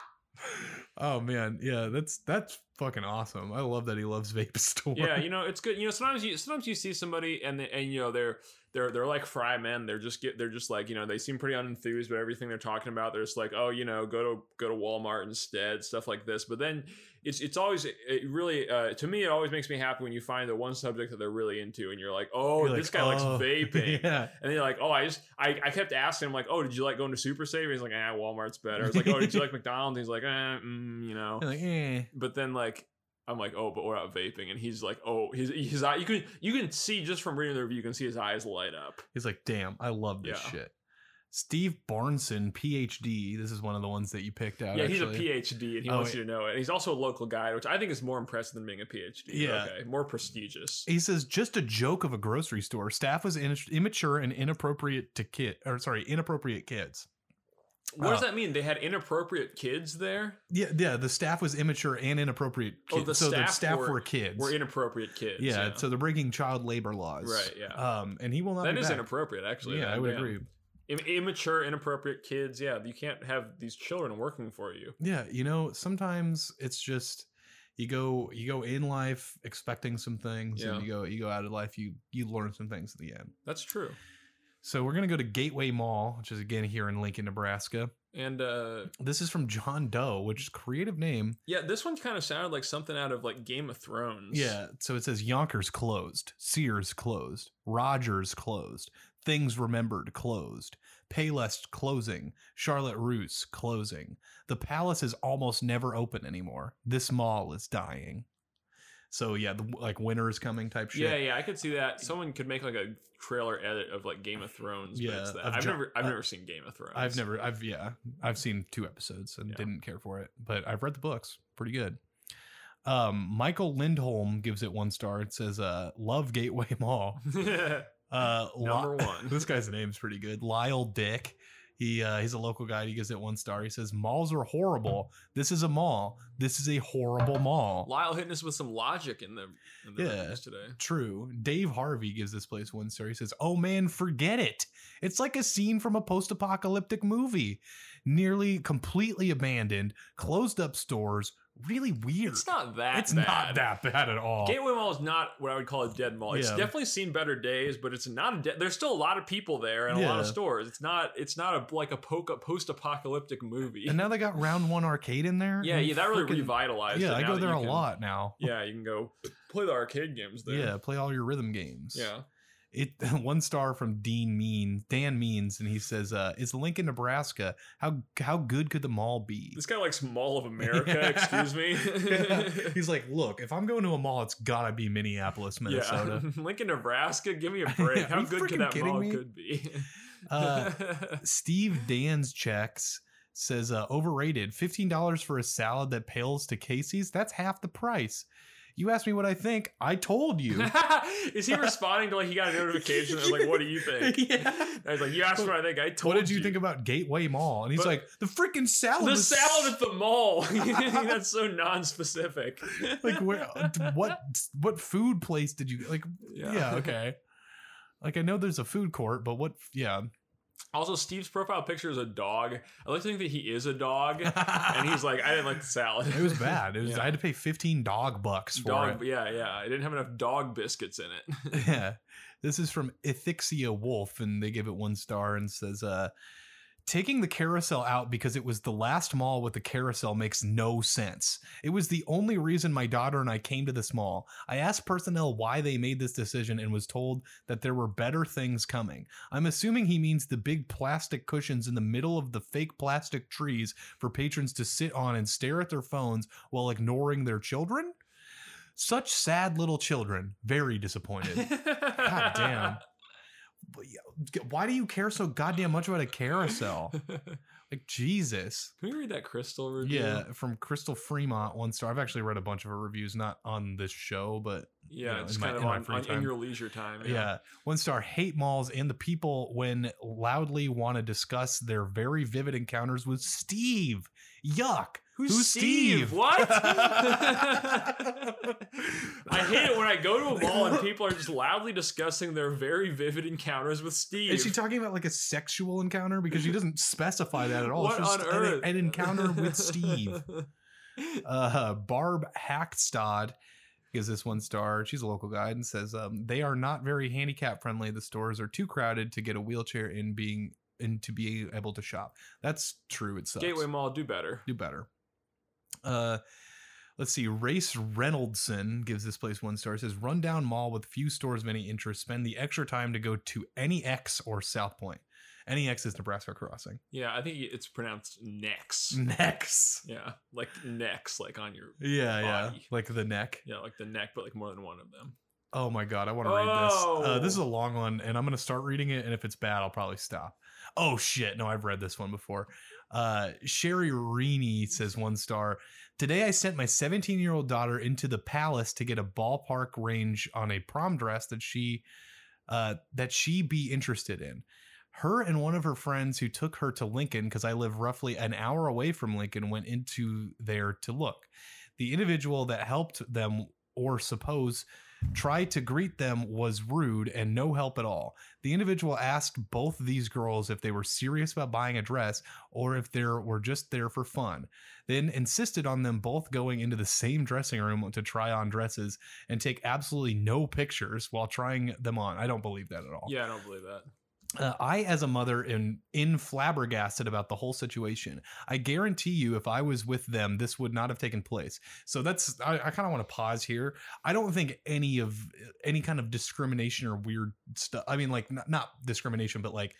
*laughs*
oh man, yeah, that's that's fucking awesome. I love that he loves vape *laughs* store.
Yeah, you know it's good. You know sometimes you sometimes you see somebody and they, and you know they're they're they're like fry men. They're just get they're just like you know they seem pretty unenthused about everything they're talking about. They're just like oh you know go to go to Walmart instead stuff like this. But then it's it's always it really uh, to me it always makes me happy when you find the one subject that they're really into and you're like oh
You're
this
like,
guy likes
"Oh." *laughs*
vaping.
yeah.
And then you're like, oh, I just, I, I kept asking him, like, oh, did you like going to Super Saver? He's like, ah, Walmart's better.
*laughs*
I was like, oh, did you like McDonald's? He's like, eh, mm, you know.
You're like, eh.
but then like I'm like, oh, but we're out vaping, and he's like, oh, his his eye. You can you can see just from reading the review, you can see his eyes light up.
He's like, damn, I love this
Yeah.
shit. Steve Barnson, PhD. This is one of the ones that you picked out.
yeah,
Oh, actually.
he's a PhD, and he
Oh,
wants you to know it. And he's also a local guide, which I think is more impressive than being a PhD.
Yeah.
okay, more prestigious.
He says, just a joke of a grocery store. Staff was in- immature and inappropriate to kid, or sorry, inappropriate kids.
What
oh.
does that mean? They had inappropriate kids there.
Yeah, yeah. The staff was immature and inappropriate.
Oh,
Kids.
the
so the
staff
staff were,
were-
kids.
Were inappropriate kids.
yeah, so they're breaking child labor laws.
Right, yeah.
Um, and he will not.
that
be
is
back.
inappropriate, actually.
Yeah,
then,
I would
yeah.
agree.
Im- immature, inappropriate kids. Yeah, you can't have these children working for you.
Yeah, you know, sometimes it's just you go you go in life expecting some things,
Yeah.
and you go you go out of life you you learn some things at the end.
That's true.
So we're gonna go to Gateway Mall, which is again here in Lincoln, Nebraska.
And uh,
This is from John Doe, which is a creative name.
yeah, this one kind of sounded like something out of like Game of Thrones.
Yeah. So it says Yonkers closed, Sears closed, Rogers closed, Things Remembered closed, Payless closing, Charlotte Roos closing. The Palace is almost never open anymore. This mall is dying. So yeah, the, like winter is coming type shit.
Yeah, yeah, I could see that. Someone could make like a trailer edit of like Game of Thrones.
Yeah,
but it's that.
of
I've
Jo-
never, I've
uh,
never seen Game of Thrones.
I've never, I've yeah, I've seen two episodes and
Yeah.
didn't care for it, but I've read the books. Pretty good. Um, Michael Lindholm gives it one star. It says, uh, "Love Gateway *laughs* Mall."
*laughs* Number
Uh, lo- *laughs*
one.
this guy's name's pretty good. Lyle Dick. He uh, he's a local guy. He gives it one star. He says malls are horrible. This is a mall. This is a horrible mall.
Lyle hitting us with some logic in the, in the
Yeah.
reviews today.
True. Dave Harvey gives this place one star. He says, "Oh man, forget it. It's like a scene from a post-apocalyptic movie. Nearly completely abandoned, closed up stores. Really weird.
It's not that.
It's
bad.
not that bad at all.
Gateway Mall is not what I would call a dead mall. It's
Yeah.
definitely seen better days, but it's not a dead. There's still a lot of people there and a lot of
Yeah.
stores. It's not. It's not a like a poke post-apocalyptic movie.
and now they got Round One Arcade in there.
*laughs* yeah, yeah, that really
Fucking-
revitalized.
Yeah,
it
I
now
go
that
there
you
a
can-
lot now.
Yeah, you can go play the arcade games there.
Yeah, play all your rhythm games.
yeah.
it *laughs* one star from Dean Mean Dan Means, and he says, uh, "Is Lincoln, Nebraska? How how good could the mall be?"
This guy likes Mall of America.
Yeah.
Excuse me. *laughs*
*laughs* He's like, "Look, if I'm going to a mall, it's gotta be Minneapolis,
*laughs*
Minnesota."
Yeah. Lincoln, Nebraska.
*laughs*
Give me a break.
Are
How
you
good
freaking
could that
kidding
mall
me?
could be? *laughs*
uh, Steve Dan's checks says, uh, "Overrated. Fifteen dollars for a salad that pales to Casey's. That's half the price." You asked me what I think. I told
*laughs*
you. *laughs*
Is he responding to like he got a notification? that was like, what do you think?
*laughs* Yeah.
I was like, you asked what I think. I told
What did you, think about Gateway Mall? And he's
But-
like, "The freaking salad.
the
was *laughs*
salad at the mall? *laughs* That's so non-specific. *laughs*
like where what what food place did you like yeah.
*laughs*
okay like i know there's a food court but what yeah
Also, Steve's profile picture is a dog. I like to think that he is a dog, and he's like, I didn't like the salad.
it was bad it was
Yeah.
i had to pay 15 dog
*laughs*
bucks for
dog.
it
Yeah, yeah. I didn't have enough dog biscuits in
*laughs*
it.
yeah this is from ithixia wolf and they give it one star and says uh Taking the carousel out because it was the last mall with the carousel makes no sense. It was the only reason my daughter and I came to this mall. I asked personnel why they made this decision and was told that there were better things coming. I'm assuming he means the big plastic cushions in the middle of the fake plastic trees for patrons to sit on and stare at their phones while ignoring their children? Such sad little children. Very
*laughs*
disappointed. God damn. But yeah, Why do you care so goddamn much about a
*laughs*
carousel? Like Jesus.
Can we read that crystal review?
Yeah, from Crystal Fremont, one star. I've actually read a bunch of her reviews, not on this show, but
Yeah,
You know,
it's
in my-
kind
in my
of
free
on, on
time.
in your leisure time.
yeah. One star hate malls and the people when loudly want to discuss their very vivid encounters with Steve. Yuck.
Who's,
Who's
Steve?
Steve? *laughs*
What? *laughs* I hate it when I go to
*laughs*
a mall and people are just loudly discussing their very vivid encounters with Steve.
Is she talking about like a sexual encounter? Because she doesn't specify that at all.
What
It's just
on
an-
*laughs* earth?
An, encounter with Steve. Uh, Barb Hackstad gives this one star. She's a local guide and says um, they are not very handicap friendly. The stores are too crowded to get a wheelchair in being and to be able to shop. That's true. It sucks.
Gateway Mall, do better.
do better. Uh, let's see. Race Reynoldson gives this place one star. Says rundown mall with few stores of any interest. Spend the extra time to go to any X or South Point. Any X is Nebraska Crossing.
Yeah, I think it's pronounced next.
Mm. Next.
Yeah, like next, like on your
Yeah, yeah.
Body.
Like the neck.
yeah, like the neck, but like more than one of them.
Oh my god, I want to read this. Uh,
Oh.
this is a long one, and I'm gonna start reading it. And if it's bad, I'll probably stop. Oh shit, no, I've read this one before. Uh, Sherry Reaney says one star. Today, I sent my 17 year old daughter into the palace to get a ballpark range on a prom dress that she uh, that she be interested in. Her and one of her friends who took her to Lincoln, because I live roughly an hour away from Lincoln, went into there to look. The individual that helped them, or suppose tried to greet them was rude and no help at all. The individual asked both these girls if they were serious about buying a dress or if they were just there for fun. Then insisted on them both going into the same dressing room to try on dresses and take absolutely no pictures while trying them on. I don't believe that at all.
Yeah, I don't believe that.
Uh, I, as a mother, am in flabbergasted about the whole situation. I guarantee you, if I was with them, this would not have taken place. So that's I, I kind of want to pause here. I don't think any of any kind of discrimination or weird stuff. I mean, like not, not discrimination, but like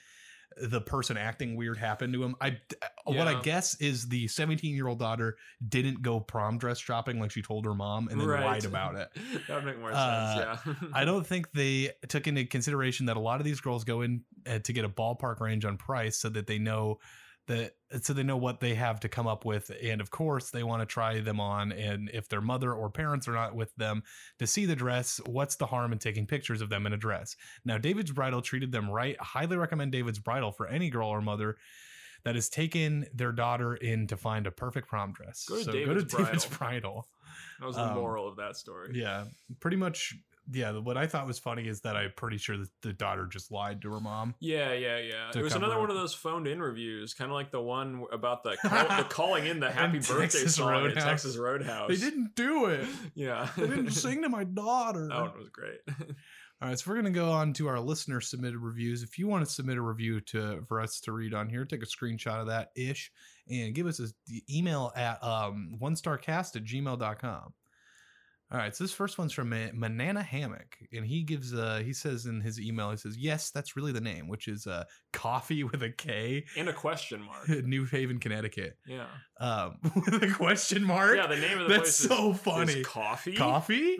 the person acting weird happened to him. I uh, what I
Yeah.
guess is the 17 year old daughter didn't go prom dress shopping like she told her mom and then
Right. *laughs*
lied about it.
That would make more
Uh,
sense. Yeah. *laughs*
I don't think they took into consideration that a lot of these girls go in uh, to get a ballpark range on price so that they know that so they know what they have to come up with and of course they want to try them on and if their mother or parents are not with them to see the dress what's the harm in taking pictures of them in a dress now david's bridal treated them right highly recommend david's bridal for any girl or mother that has taken their daughter in to find a perfect prom dress
Go to
so go to
David's
david's bridal
Bridal. that was the
um,
moral of that story.
yeah, pretty much. Yeah, what I thought was funny is that I'm pretty sure that the daughter just lied to her mom.
Yeah, yeah, yeah.
To
It was
cover
another
up.
one of those phoned-in reviews, kind of like the one
*laughs*
about the, call, the calling in the happy
And
birthday
Texas
song
Roadhouse.
at Texas Roadhouse.
They didn't do it.
*laughs* Yeah.
They didn't
*laughs* that
sing to my daughter.
one was great.
All right, so we're gonna go on to our listener submitted reviews. If you want to submit a review to for us to read on here, take a screenshot of that ish and give us a the email at um one starcast at gmail.com. All right, so this first one's from Ma- Manana Hammock, and he gives uh he says in his email, he says, Yes, that's really the name, which is uh coffee with a K.
and a question
*laughs*
mark.
New Haven, Connecticut.
Yeah.
Um, *laughs* with a question mark.
Yeah, the name of the
That's
place
so
is,
funny.
is Coffee. *laughs*
Coffee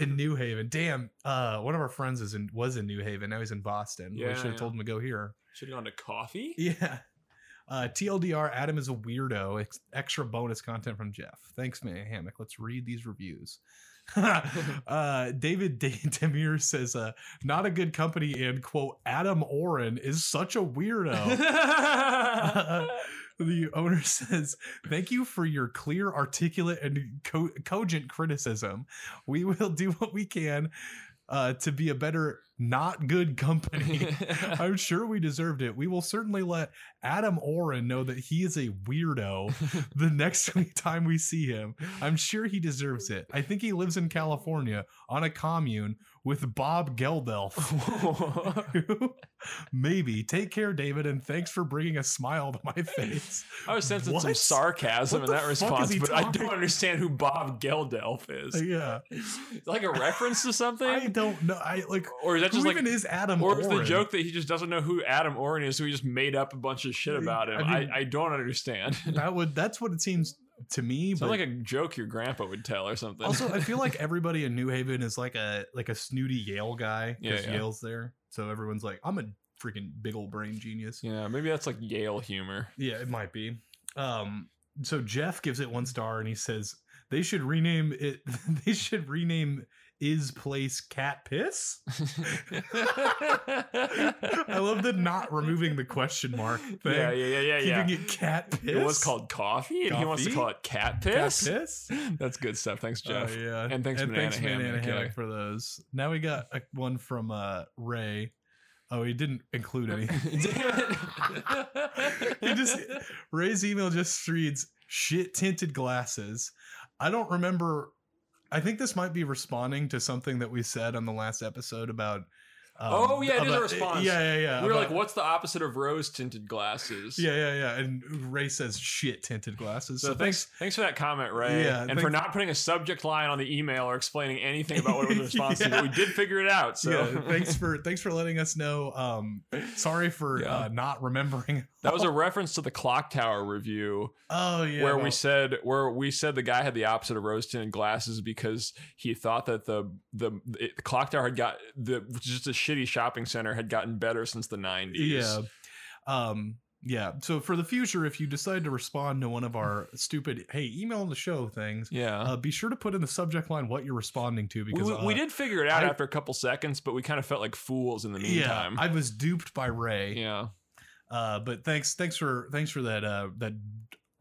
in New Haven. Damn. Uh, one of our friends is in was in New Haven. Now he's in Boston. we
Yeah,
should have
yeah.
told him to go here. *laughs*
Should have gone to Coffee.
Yeah. Uh, TLDR, Adam is a weirdo. Ex- extra bonus content from Jeff. Thanks, man, Hammock. Let's read these
*laughs*
reviews. *laughs* uh, David *laughs* De- Demir says, uh, not a good company, and quote, Adam Oren is such a *laughs*
*laughs*
weirdo. the owner *laughs* says, "Thank you for your clear, articulate, and co- cogent criticism. We will do what we can uh, to be a better, not good company."
*laughs*
*laughs* I'm sure we deserved it. We will certainly let Adam Oren know that he is a weirdo the next *laughs* time we see him. I'm sure he deserves it. I think he lives in California on a commune with Bob
*laughs*
Geldelf. *laughs* Maybe. Take care, David, and thanks for bringing a smile to my face. *laughs*
I was sensing some
What?
sarcasm
What
in
the
that
fuck is
response,
he
but I
talking-
don't understand who Bob Geldelf is.
yeah.
like a reference to
*laughs*
something,
I don't know. I like
or is that
who
just like,
even is Adam
or is the
Oren?
joke that he just doesn't know who Adam Oren is, so he just made up a bunch of shit about him?
I
I,
mean-
I, don't understand. *laughs*
That would that's what it seems to me. But
Sounds like a joke your grandpa would tell or something.
also I feel like everybody in New Haven is like a like a snooty Yale guy
Yeah,
because
yeah.
Yale's there. So everyone's like, I'm a freaking big old brain genius.
*laughs* yeah, maybe that's like Yale
*laughs*
humor.
Yeah, it might be. Um, so Jeff gives it one star and he says they should rename it. *laughs* They should rename is place cat
*laughs*
piss. *laughs* I love the not removing the question mark thing.
*laughs* Yeah, yeah, yeah, yeah, yeah.
Keeping it cat piss.
It was called coffee, and he wants to
Coffee?
call it cat
cat
piss.
piss.
That's good stuff. Thanks,
Oh
*laughs* Jeff.
yeah.
And thanks, Banana Hammock,
Banana
yeah.
Hammock, for those. Now we got a, one from uh, Ray. Oh, he didn't
*laughs*
*laughs* include anything.
Damn it.
He just- Ray's email just reads shit tinted glasses. I don't remember. I think this might be responding to something that we said on the last episode about. um,
Oh, yeah, it is a
about-
response.
Yeah, yeah, yeah.
we were
about-
like, what's the opposite of rose tinted glasses?
yeah, yeah, yeah. And Ray says shit tinted glasses.
So thanks, thanks for that comment, Ray,
Yeah,
and
thanks-
for not putting a subject line on the email or explaining anything
*laughs*
about what it was responsive.
Yeah.
We did figure it out. So *laughs*
Yeah, thanks for thanks for letting us know. Um, sorry for
Yeah.
uh, not remembering. *laughs*
that was a reference to the clock tower review
Oh yeah,
where
well,
we said where we said the guy had the opposite of rose tinted glasses because he thought that the the, it, the clock tower had got the just a shitty shopping center had gotten better since the 90s.
yeah, um, yeah. So for the future, if you decide to respond to one of our stupid hey email the show things,
Yeah.
uh, be sure to put in the subject line what you're responding to because
Uh-huh. we, we- we
uh,
did figure it out
I-
after a couple seconds, but we kind of felt like fools in the
Yeah,
meantime.
I was duped by Ray.
yeah.
Uh, but thanks thanks for thanks for that uh, that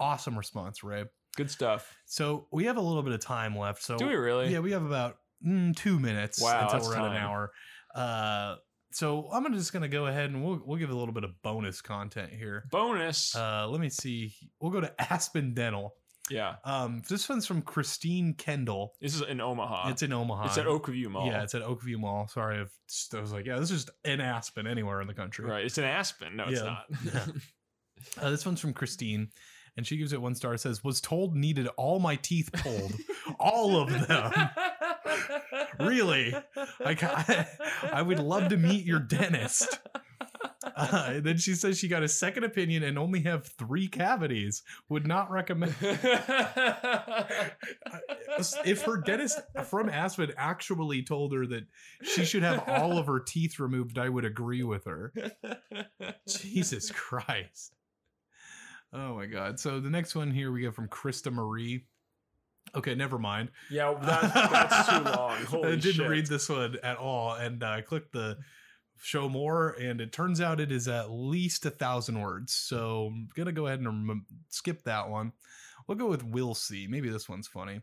awesome response, Ray.
Good stuff.
So we have a little bit of time left. So
Do we really?
Yeah, we have about mm, two minutes
Wow,
until
that's
we're at an
time.
hour. Uh, so I'm gonna- just going to go ahead and we'll we'll give a little bit of bonus content here.
Bonus.
Uh, let me see. We'll go to *laughs* Aspen Dental.
yeah.
Um, this one's from Christine Kendall.
This is in Omaha.
It's in Omaha.
Uh, It's at Oakview Mall.
Yeah, it's at Oakview Mall. Sorry, if I was like, yeah, this is in Aspen, anywhere in the country.
right. It's in Aspen. No, it's
*laughs* Yeah.
not.
Uh, this one's from Christine, and she gives it one star. Says, "Was told needed all my teeth
*laughs*
pulled, all of them. Really, I *laughs* ca- I would love to
*laughs*
meet your dentist." Uh, and then she says she got a second opinion and only have three cavities. Would not recommend. If her dentist from Aspen actually told her that she should have all of her teeth removed, I would agree with her. Jesus Christ. Oh my God. So the next one here we get from Krista Marie. Okay, never mind.
yeah, that's, that's too long. Holy
*laughs* I didn't
shit. *laughs*
read this one at all, and uh, I clicked the show more, and it turns out it is at least a thousand words. So I'm gonna go ahead and rem- skip that one. We'll go with we'll see. Maybe this one's funny.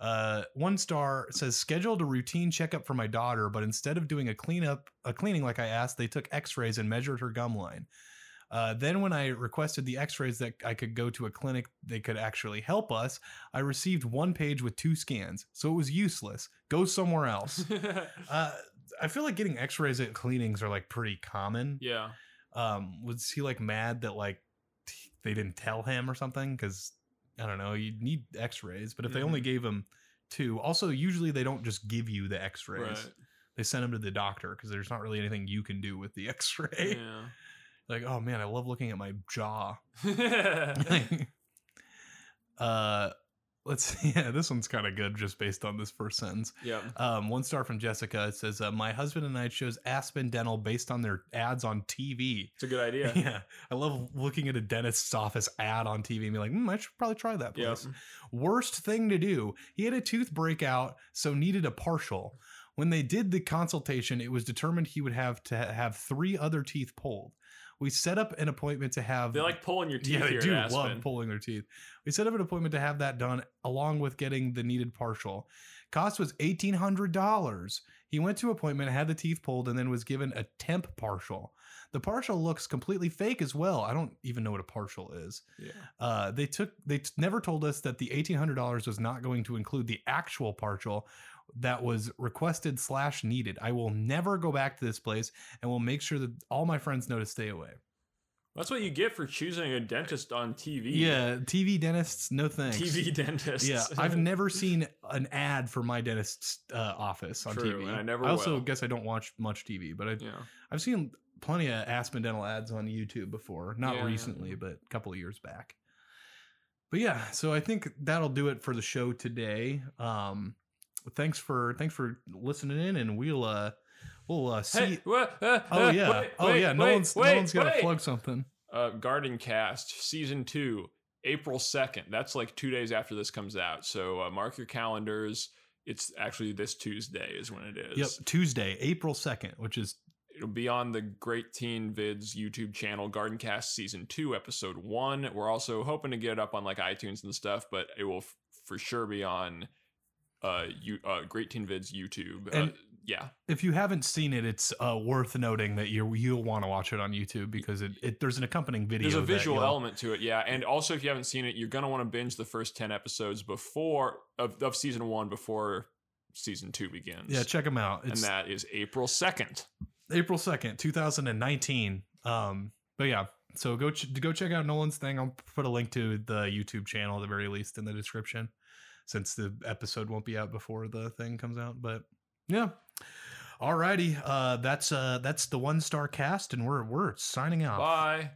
Uh, one star says scheduled a routine checkup for my daughter, but instead of doing a cleanup, a cleaning like I asked, they took X-rays and measured her gum line. Uh, then when I requested the X-rays that I could go to a clinic, they could actually help us. I received one page with two scans, so it was useless. Go somewhere
*laughs*
else. uh, I feel like getting X-rays at cleanings are like pretty common.
yeah.
Um, was he like mad that like t- they didn't tell him or something? Because I don't know, you need X-rays, but if they
Mhm.
only gave him two, also usually they don't just give you the X-rays.
Right.
They send him to the doctor because there's not really anything you can do with the X-ray.
Yeah.
*laughs* Like, oh man, I love looking at my jaw. *laughs*
yeah. *laughs*
uh, let's see. *laughs* Yeah, this one's kind of good just based on this first sentence. Um, one star from Jessica it says, uh, "My husband and I chose Aspen Dental based on their ads on TV."
It's a good idea.
*laughs* Yeah, I love looking at a dentist's office ad on TV and be like, hmm, "I should probably try that
Yep.
place." Worst thing to do. He had a tooth breakout, so needed a partial. When they did the consultation, it was determined he would have to ha- have three other teeth pulled. We set up an appointment to have
They like pulling your teeth
yeah, they
here
do
at Aspen.
love pulling their teeth. We set up an appointment to have that done, along with getting the needed partial. Cost was eighteen hundred dollars. He went to appointment, had the teeth pulled, and then was given a temp partial. The partial looks completely fake as well. I don't even know what a partial is.
Yeah.
Uh, they took they t- never told us that the eighteen hundred dollars was not going to include the actual partial that was requested slash needed. I will never go back to this place, and will make sure that all my friends know to stay away.
That's what you get for choosing a dentist on TV.
Yeah, TV dentists, no thanks.
*laughs* TV dentists.
Yeah, I've never seen an ad for my dentist's uh, office on
True,
TV.
and I never
also
will.
guess I don't watch much TV, but I,
Yeah.
I've seen plenty of Aspen Dental ads on YouTube before. Not
Yeah.
recently, but a couple of years back. But yeah, so I think that'll do it for the show today. Um, thanks for thanks for listening in, and we'll uh, we'll uh, see.
Hey, wha- uh,
oh
*laughs* uh,
yeah,
wait,
oh
wait,
yeah. No
wait,
one's
wait,
no one's gotta
wait.
plug something.
Uh, Garden Cast season two, April second. That's like two days after this comes out. So uh, mark your calendars. It's actually this Tuesday is when it is.
Yep, Tuesday, April second, which is
It'll be on the Great Teen Vids YouTube channel, Gardencast Season 2, Episode 1. We're also hoping to get it up on like iTunes and stuff, but it will f- for sure be on uh, you, uh Great Teen Vids YouTube. uh,
And-
yeah,
If you haven't seen it, it's uh, worth noting that you you'll want to watch it on YouTube because it, it there's an accompanying video.
there's a
that
visual
you'll-
element to it. Yeah, and also if you haven't seen it, you're gonna want to binge the first ten episodes before of, of season one before season two begins.
Yeah, check them out.
and
It's
that is April second.
April second, two thousand and nineteen. Um, but yeah, so go ch- go check out Nolan's thing. I'll put a link to the YouTube channel at the very least in the description, since the episode won't be out before the thing comes out. But yeah, alrighty, uh, that's uh that's the one star cast, and we're we're signing out.
Bye.